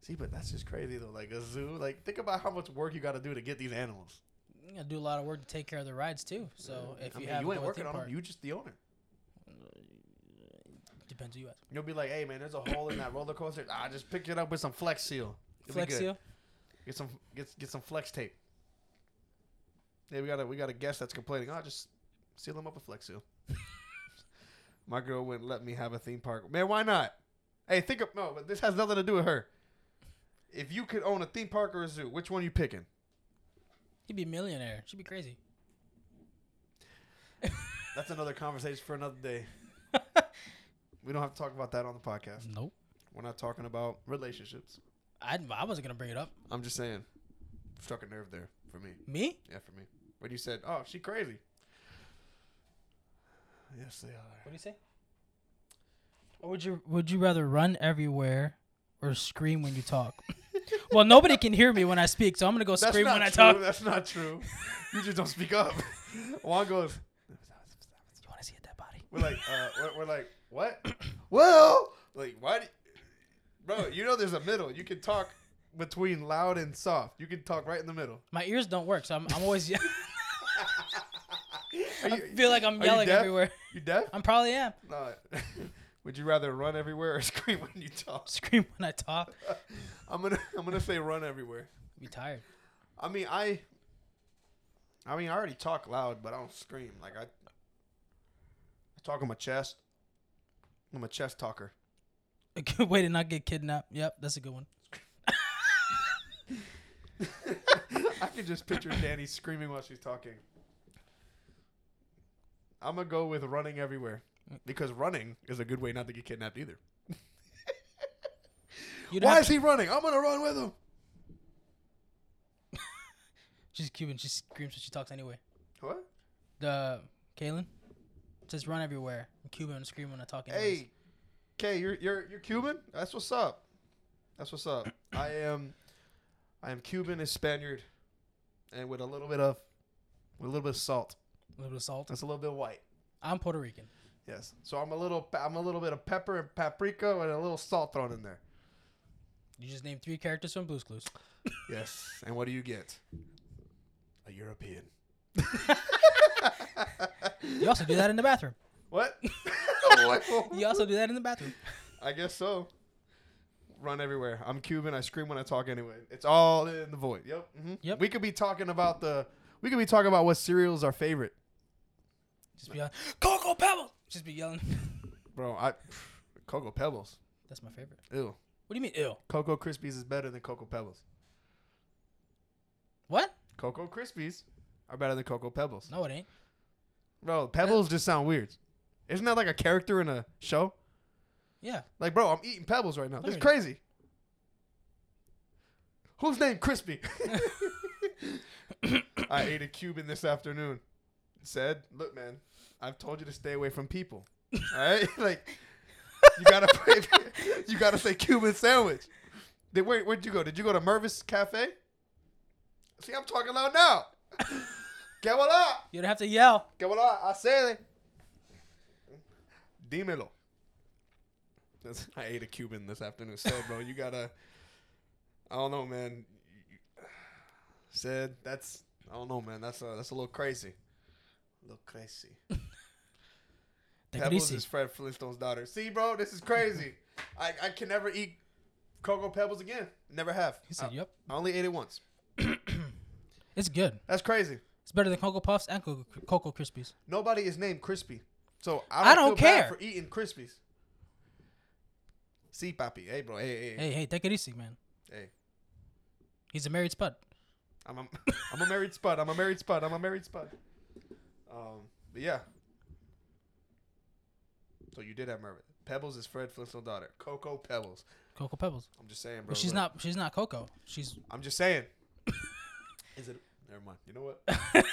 Speaker 2: See, but that's just crazy though. Like a zoo. Like think about how much work you got to do to get these animals.
Speaker 1: You gotta do a lot of work to take care of the rides too. So if
Speaker 2: I
Speaker 1: you
Speaker 2: mean,
Speaker 1: have
Speaker 2: you ain't
Speaker 1: go to a
Speaker 2: working
Speaker 1: theme
Speaker 2: on
Speaker 1: park,
Speaker 2: them. You just the owner.
Speaker 1: depends who you ask.
Speaker 2: You'll be like, hey man, there's a hole in that roller coaster. I just pick it up with some Flex Seal. It'll be
Speaker 1: Flex
Speaker 2: good.
Speaker 1: Seal.
Speaker 2: Get some get get some Flex tape. Yeah, we got a we got a guest that's complaining. Oh, just seal them up with Flex Seal. My girl wouldn't let me have a theme park. Man, why not? Hey, think of no, but this has nothing to do with her. If you could own a theme park or a zoo, which one you picking?
Speaker 1: He'd be a millionaire. She'd be crazy.
Speaker 2: That's another conversation for another day. we don't have to talk about that on the podcast.
Speaker 1: Nope.
Speaker 2: We're not talking about relationships.
Speaker 1: I, I wasn't gonna bring it up.
Speaker 2: I'm just saying, struck a nerve there for me.
Speaker 1: Me?
Speaker 2: Yeah, for me. When you said, "Oh, she crazy." Yes, they are.
Speaker 1: What do you say? Or would you would you rather run everywhere or scream when you talk? well, nobody can hear me when I speak, so I'm gonna go
Speaker 2: That's
Speaker 1: scream
Speaker 2: not
Speaker 1: when I
Speaker 2: true.
Speaker 1: talk.
Speaker 2: That's not true. you just don't speak up. Juan goes.
Speaker 1: You want to see a dead body?
Speaker 2: We're like, uh, we're, we're like, what? well, like, why? Do Bro, you know there's a middle. You can talk between loud and soft. You can talk right in the middle.
Speaker 1: My ears don't work, so I'm, I'm always. ye-
Speaker 2: Are
Speaker 1: I feel like
Speaker 2: are
Speaker 1: I'm
Speaker 2: you
Speaker 1: yelling
Speaker 2: deaf?
Speaker 1: everywhere.
Speaker 2: You deaf?
Speaker 1: I'm probably am.
Speaker 2: No. Would you rather run everywhere or scream when you talk?
Speaker 1: Scream when I talk.
Speaker 2: I'm gonna, I'm gonna say run everywhere.
Speaker 1: I'd be tired.
Speaker 2: I mean, I. I mean, I already talk loud, but I don't scream. Like I, I talk on my chest. I'm a chest talker.
Speaker 1: A good way to not get kidnapped. Yep, that's a good one.
Speaker 2: I can just picture Danny screaming while she's talking. I'm gonna go with running everywhere because running is a good way not to get kidnapped either.
Speaker 1: You'd
Speaker 2: Why
Speaker 1: have
Speaker 2: is he running? I'm gonna run with him.
Speaker 1: She's Cuban. She screams when she talks anyway.
Speaker 2: What?
Speaker 1: The Kalen says run everywhere. I'm Cuban and scream when I talk. Anyways.
Speaker 2: Hey, Kay, you're you're you're Cuban. That's what's up. That's what's up. I am, I am Cuban and Spaniard, and with a little bit of, with a little bit of salt.
Speaker 1: a little bit of salt.
Speaker 2: That's a little bit white.
Speaker 1: I'm Puerto Rican.
Speaker 2: Yes. So I'm a little, pe- I'm a little bit of pepper and paprika and a little salt thrown in there.
Speaker 1: You just named three characters from Blue's Clues.
Speaker 2: Yes. And what do you get? A European.
Speaker 1: You also do that in the bathroom.
Speaker 2: What?
Speaker 1: You also do that in the bathroom.
Speaker 2: I guess so. Run everywhere. I'm Cuban. I scream when I talk anyway. It's all in the void. Yep. hmm
Speaker 1: Yep.
Speaker 2: We could be talking about the. We could be talking about what cereals are favorite,
Speaker 1: Just be yelling, Cocoa Pebbles. Just be yelling.
Speaker 2: bro. I Cocoa Pebbles.
Speaker 1: That's my favorite.
Speaker 2: Ew.
Speaker 1: What do you mean, ill?
Speaker 2: Cocoa Krispies is better than Cocoa Pebbles.
Speaker 1: What?
Speaker 2: Cocoa Krispies are better than Cocoa Pebbles.
Speaker 1: No, it ain't.
Speaker 2: Bro, Pebbles just sound weird. Isn't that like a character in a show?
Speaker 1: Yeah.
Speaker 2: Like, bro, I'm eating Pebbles right now. This is
Speaker 1: Literally.
Speaker 2: crazy. Who's named Crispy? I ate a Cuban this afternoon. Said, look, man, I've told you to stay away from people. All right, like you gotta, you gotta say Cuban sandwich. Then where, where'd you go? Did you go to Mervis Cafe? See, I'm talking loud now. Que vola,
Speaker 1: You don't have to yell.
Speaker 2: que vola, I said it. Dímelo. That's, I ate a Cuban this afternoon. So, bro, you gotta. I don't know, man. Said that's. I don't know, man. That's a that's a little crazy. A little crazy.
Speaker 1: Te
Speaker 2: Pebbles
Speaker 1: greasy.
Speaker 2: is Fred Flintstone's daughter. See, bro, this is crazy. I, I can never eat cocoa pebbles again. Never have.
Speaker 1: He said,
Speaker 2: I,
Speaker 1: yep.
Speaker 2: I only ate it once.
Speaker 1: It's good.
Speaker 2: That's crazy.
Speaker 1: It's better than Cocoa Puffs and Cocoa, Cocoa Krispies.
Speaker 2: Nobody is named Crispy, so I don't,
Speaker 1: I don't
Speaker 2: feel bad
Speaker 1: care.
Speaker 2: for eating Crispies. See, papi, hey, bro, hey, hey, hey.
Speaker 1: Hey, hey, take it easy, man.
Speaker 2: hey.
Speaker 1: He's a married spud.
Speaker 2: I'm a, I'm a married spud. I'm a married spud. I'm a married spud. Um, but yeah. So you did have Mervis. Pebbles is Fred Flintstone's daughter. Coco Pebbles.
Speaker 1: Coco Pebbles.
Speaker 2: I'm just saying, bro.
Speaker 1: But she's
Speaker 2: like-
Speaker 1: not. She's not Coco. She's
Speaker 2: I'm just saying. is it? Never mind. You know what?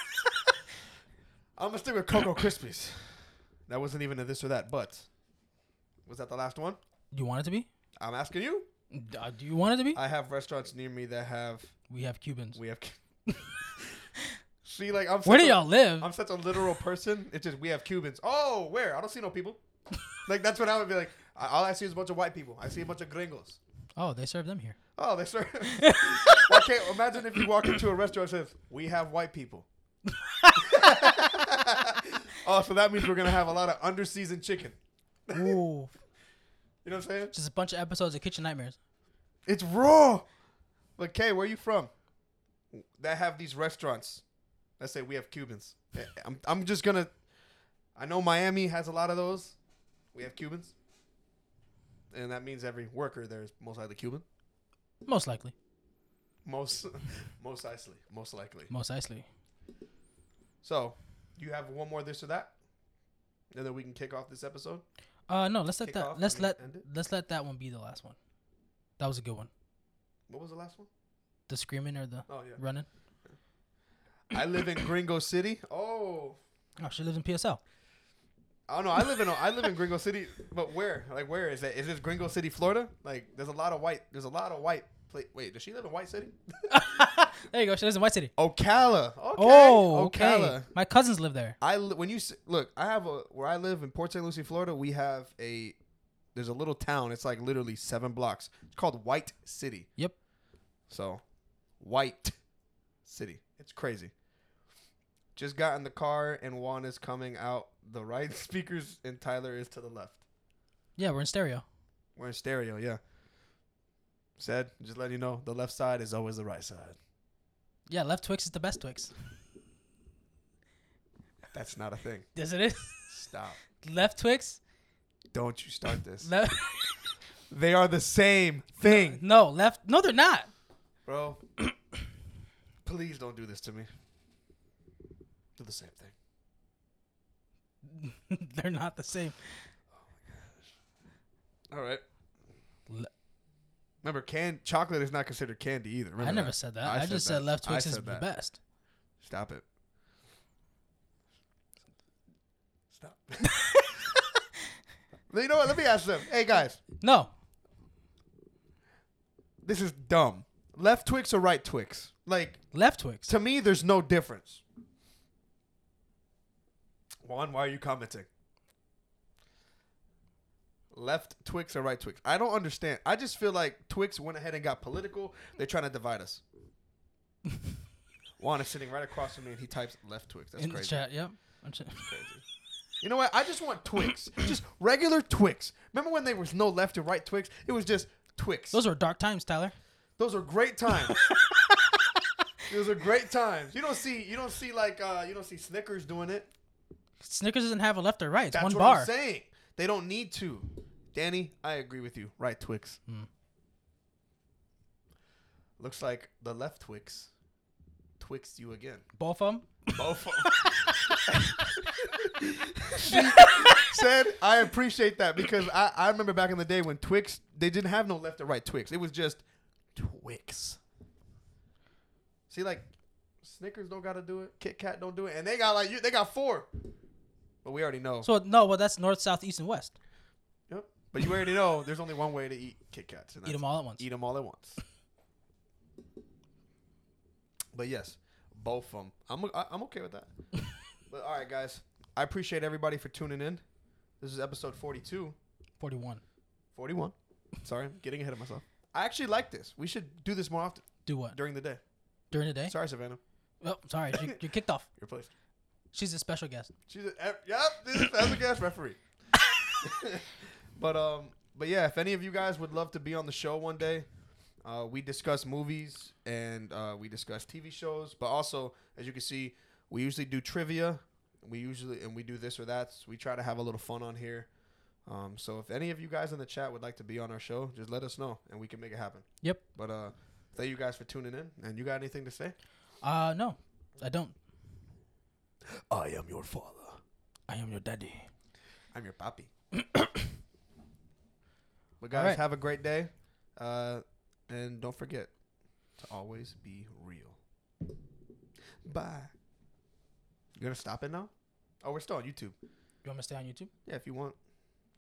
Speaker 2: I'm gonna stick with Cocoa Krispies. That wasn't even a this or that, but was that the last one?
Speaker 1: you want it to be?
Speaker 2: I'm asking you.
Speaker 1: D- uh, Do you want it to be?
Speaker 2: I have restaurants near me that have
Speaker 1: we have Cubans.
Speaker 2: we have. See, like I'm.
Speaker 1: Where do
Speaker 2: such a-
Speaker 1: y'all live?
Speaker 2: I'm such a literal person. It's just we have Cubans. Oh, where? I don't see no people. like that's what I would be like. I- All I see is a bunch of white people. I see a bunch of gringos.
Speaker 1: oh, they serve them here.
Speaker 2: Oh, they serve. well, okay, imagine if you walk into a restaurant and says, "We have white people." oh, so that means we're gonna have a lot of underseasoned chicken.
Speaker 1: Ooh,
Speaker 2: You know what I'm saying?
Speaker 1: just a bunch of episodes of Kitchen Nightmares.
Speaker 2: It's raw. Like, Kay, where you from? That have these restaurants. Let's say we have Cubans. Yeah, I'm, I'm just gonna. I know Miami has a lot of those. We have Cubans, and that means every worker there is most likely Cuban.
Speaker 1: Most likely.
Speaker 2: Most, most likely, most likely.
Speaker 1: Most likely.
Speaker 2: So, you have one more this or that, and then we can kick off this episode.
Speaker 1: Uh, no. Let's let
Speaker 2: Kick
Speaker 1: that.
Speaker 2: off
Speaker 1: let's
Speaker 2: and
Speaker 1: let.
Speaker 2: end it?
Speaker 1: Let's let that one be the last one. That was a good one.
Speaker 2: What was the last one?
Speaker 1: The screaming or the
Speaker 2: Oh yeah.
Speaker 1: running.
Speaker 2: I live in Gringo City. Oh,
Speaker 1: Oh, she lives in PSL.
Speaker 2: I don't know. Oh, I live in I live in Gringo City, but where? Like where is that? Is this Gringo City, Florida? Like there's a lot of white. There's a lot of white. Pla- Wait, does she live in White City?
Speaker 1: There you go. She lives in White City.
Speaker 2: Ocala. Okay.
Speaker 1: Oh, okay. My cousins live there.
Speaker 2: I li- when you s- look, I have a where I live in Port St. Lucie, Florida. We have a there's a little town. It's like literally seven blocks. It's called White City.
Speaker 1: Yep.
Speaker 2: So, White City. It's crazy. Just got in the car and Juan is coming out the right speakers and Tyler is to the left.
Speaker 1: Yeah, we're in stereo.
Speaker 2: We're in stereo, yeah. Said, just letting you know, the left side is always the right side.
Speaker 1: Yeah, left Twix is the best Twix.
Speaker 2: That's not a thing.
Speaker 1: Yes, it is.
Speaker 2: Stop.
Speaker 1: left Twix.
Speaker 2: Don't you start this.
Speaker 1: Left.
Speaker 2: They are the same thing.
Speaker 1: No, left. No, they're not.
Speaker 2: Bro, please don't do this to me. They're the same thing.
Speaker 1: they're not the same.
Speaker 2: All right.
Speaker 1: Le-
Speaker 2: Remember, can chocolate is not considered candy either. Remember
Speaker 1: I never
Speaker 2: that.
Speaker 1: said that.
Speaker 2: I
Speaker 1: I,
Speaker 2: said
Speaker 1: just
Speaker 2: that.
Speaker 1: said left
Speaker 2: I
Speaker 1: Twix is
Speaker 2: said
Speaker 1: the
Speaker 2: that.
Speaker 1: best.
Speaker 2: Stop it. Stop. you know what? Let me ask them. Hey guys,
Speaker 1: No,
Speaker 2: this is dumb. Left Twix or right Twix? Like
Speaker 1: left Twix.
Speaker 2: to me, there's no difference. Juan, why are you commenting? Left Twix or right Twix? I don't understand. I just feel like Twix went ahead and got political. They're trying to divide us. Juan is sitting right across from me and he types left Twix. That's
Speaker 1: in
Speaker 2: crazy.
Speaker 1: the chat. Yep. I'm ch-
Speaker 2: You know what? I just want Twix. just regular Twix. Remember when there was no left and right Twix? It was just Twix. Those,
Speaker 1: Those were dark times, Tyler.
Speaker 2: are great times. Those are great times. You don't see you don't see like uh you don't see Snickers doing it.
Speaker 1: Snickers doesn't have a left or right. It's
Speaker 2: That's
Speaker 1: one
Speaker 2: what
Speaker 1: bar.
Speaker 2: I'm saying. They don't need to. Danny, I agree with you. Right Twix.
Speaker 1: Mm.
Speaker 2: Looks like the left Twix Twixed you again.
Speaker 1: Both of them.
Speaker 2: Both of said, I appreciate that because I, I remember back in the day when Twix, they didn't have no left or right Twix. It was just Twix. See, like, Snickers don't got to do it. Kit Kat don't do it. And they got, like, you, they got four. But we already know.
Speaker 1: So no, well that's north, south, east, and west.
Speaker 2: Yep. But you already know there's only one way to eat Kit Kats. And
Speaker 1: Eat
Speaker 2: that's
Speaker 1: them all at once.
Speaker 2: eat them all at once. But yes, both of them. I'm I- I'm okay with that. but all right, guys, I appreciate everybody for tuning in. This is episode 42,
Speaker 1: Forty-one.
Speaker 2: 41. Sorry, I'm getting ahead of myself. I actually like this. We should do this more often
Speaker 1: Do what
Speaker 2: during the day.
Speaker 1: during the day?
Speaker 2: Sorry, Savannah,
Speaker 1: Oh, sorry, you, you're kicked off.
Speaker 2: your place.
Speaker 1: She's a special guest.
Speaker 2: She's a, eh, yep, this is as a guest referee. but um, but yeah, if any of you guys would love to be on the show one day, uh, we discuss movies and uh, we discuss TV shows. But also, as you can see, we usually do trivia. We usually and we do this or that. we try to have a little fun on here. Um, so if any of you guys in the chat would like to be on our show, just let us know and we can make it happen.
Speaker 1: Yep.
Speaker 2: But uh, thank you guys for tuning in. And you got anything to say?
Speaker 1: Uh, no, I don't.
Speaker 2: I am your father.
Speaker 1: I am your daddy.
Speaker 2: I'm your papi. guys,
Speaker 1: right.
Speaker 2: have a great day. Uh, and don't forget to always be real. Bye. You're going to stop it now? Oh, we're still on YouTube.
Speaker 1: You want me to stay on YouTube?
Speaker 2: Yeah, if you want.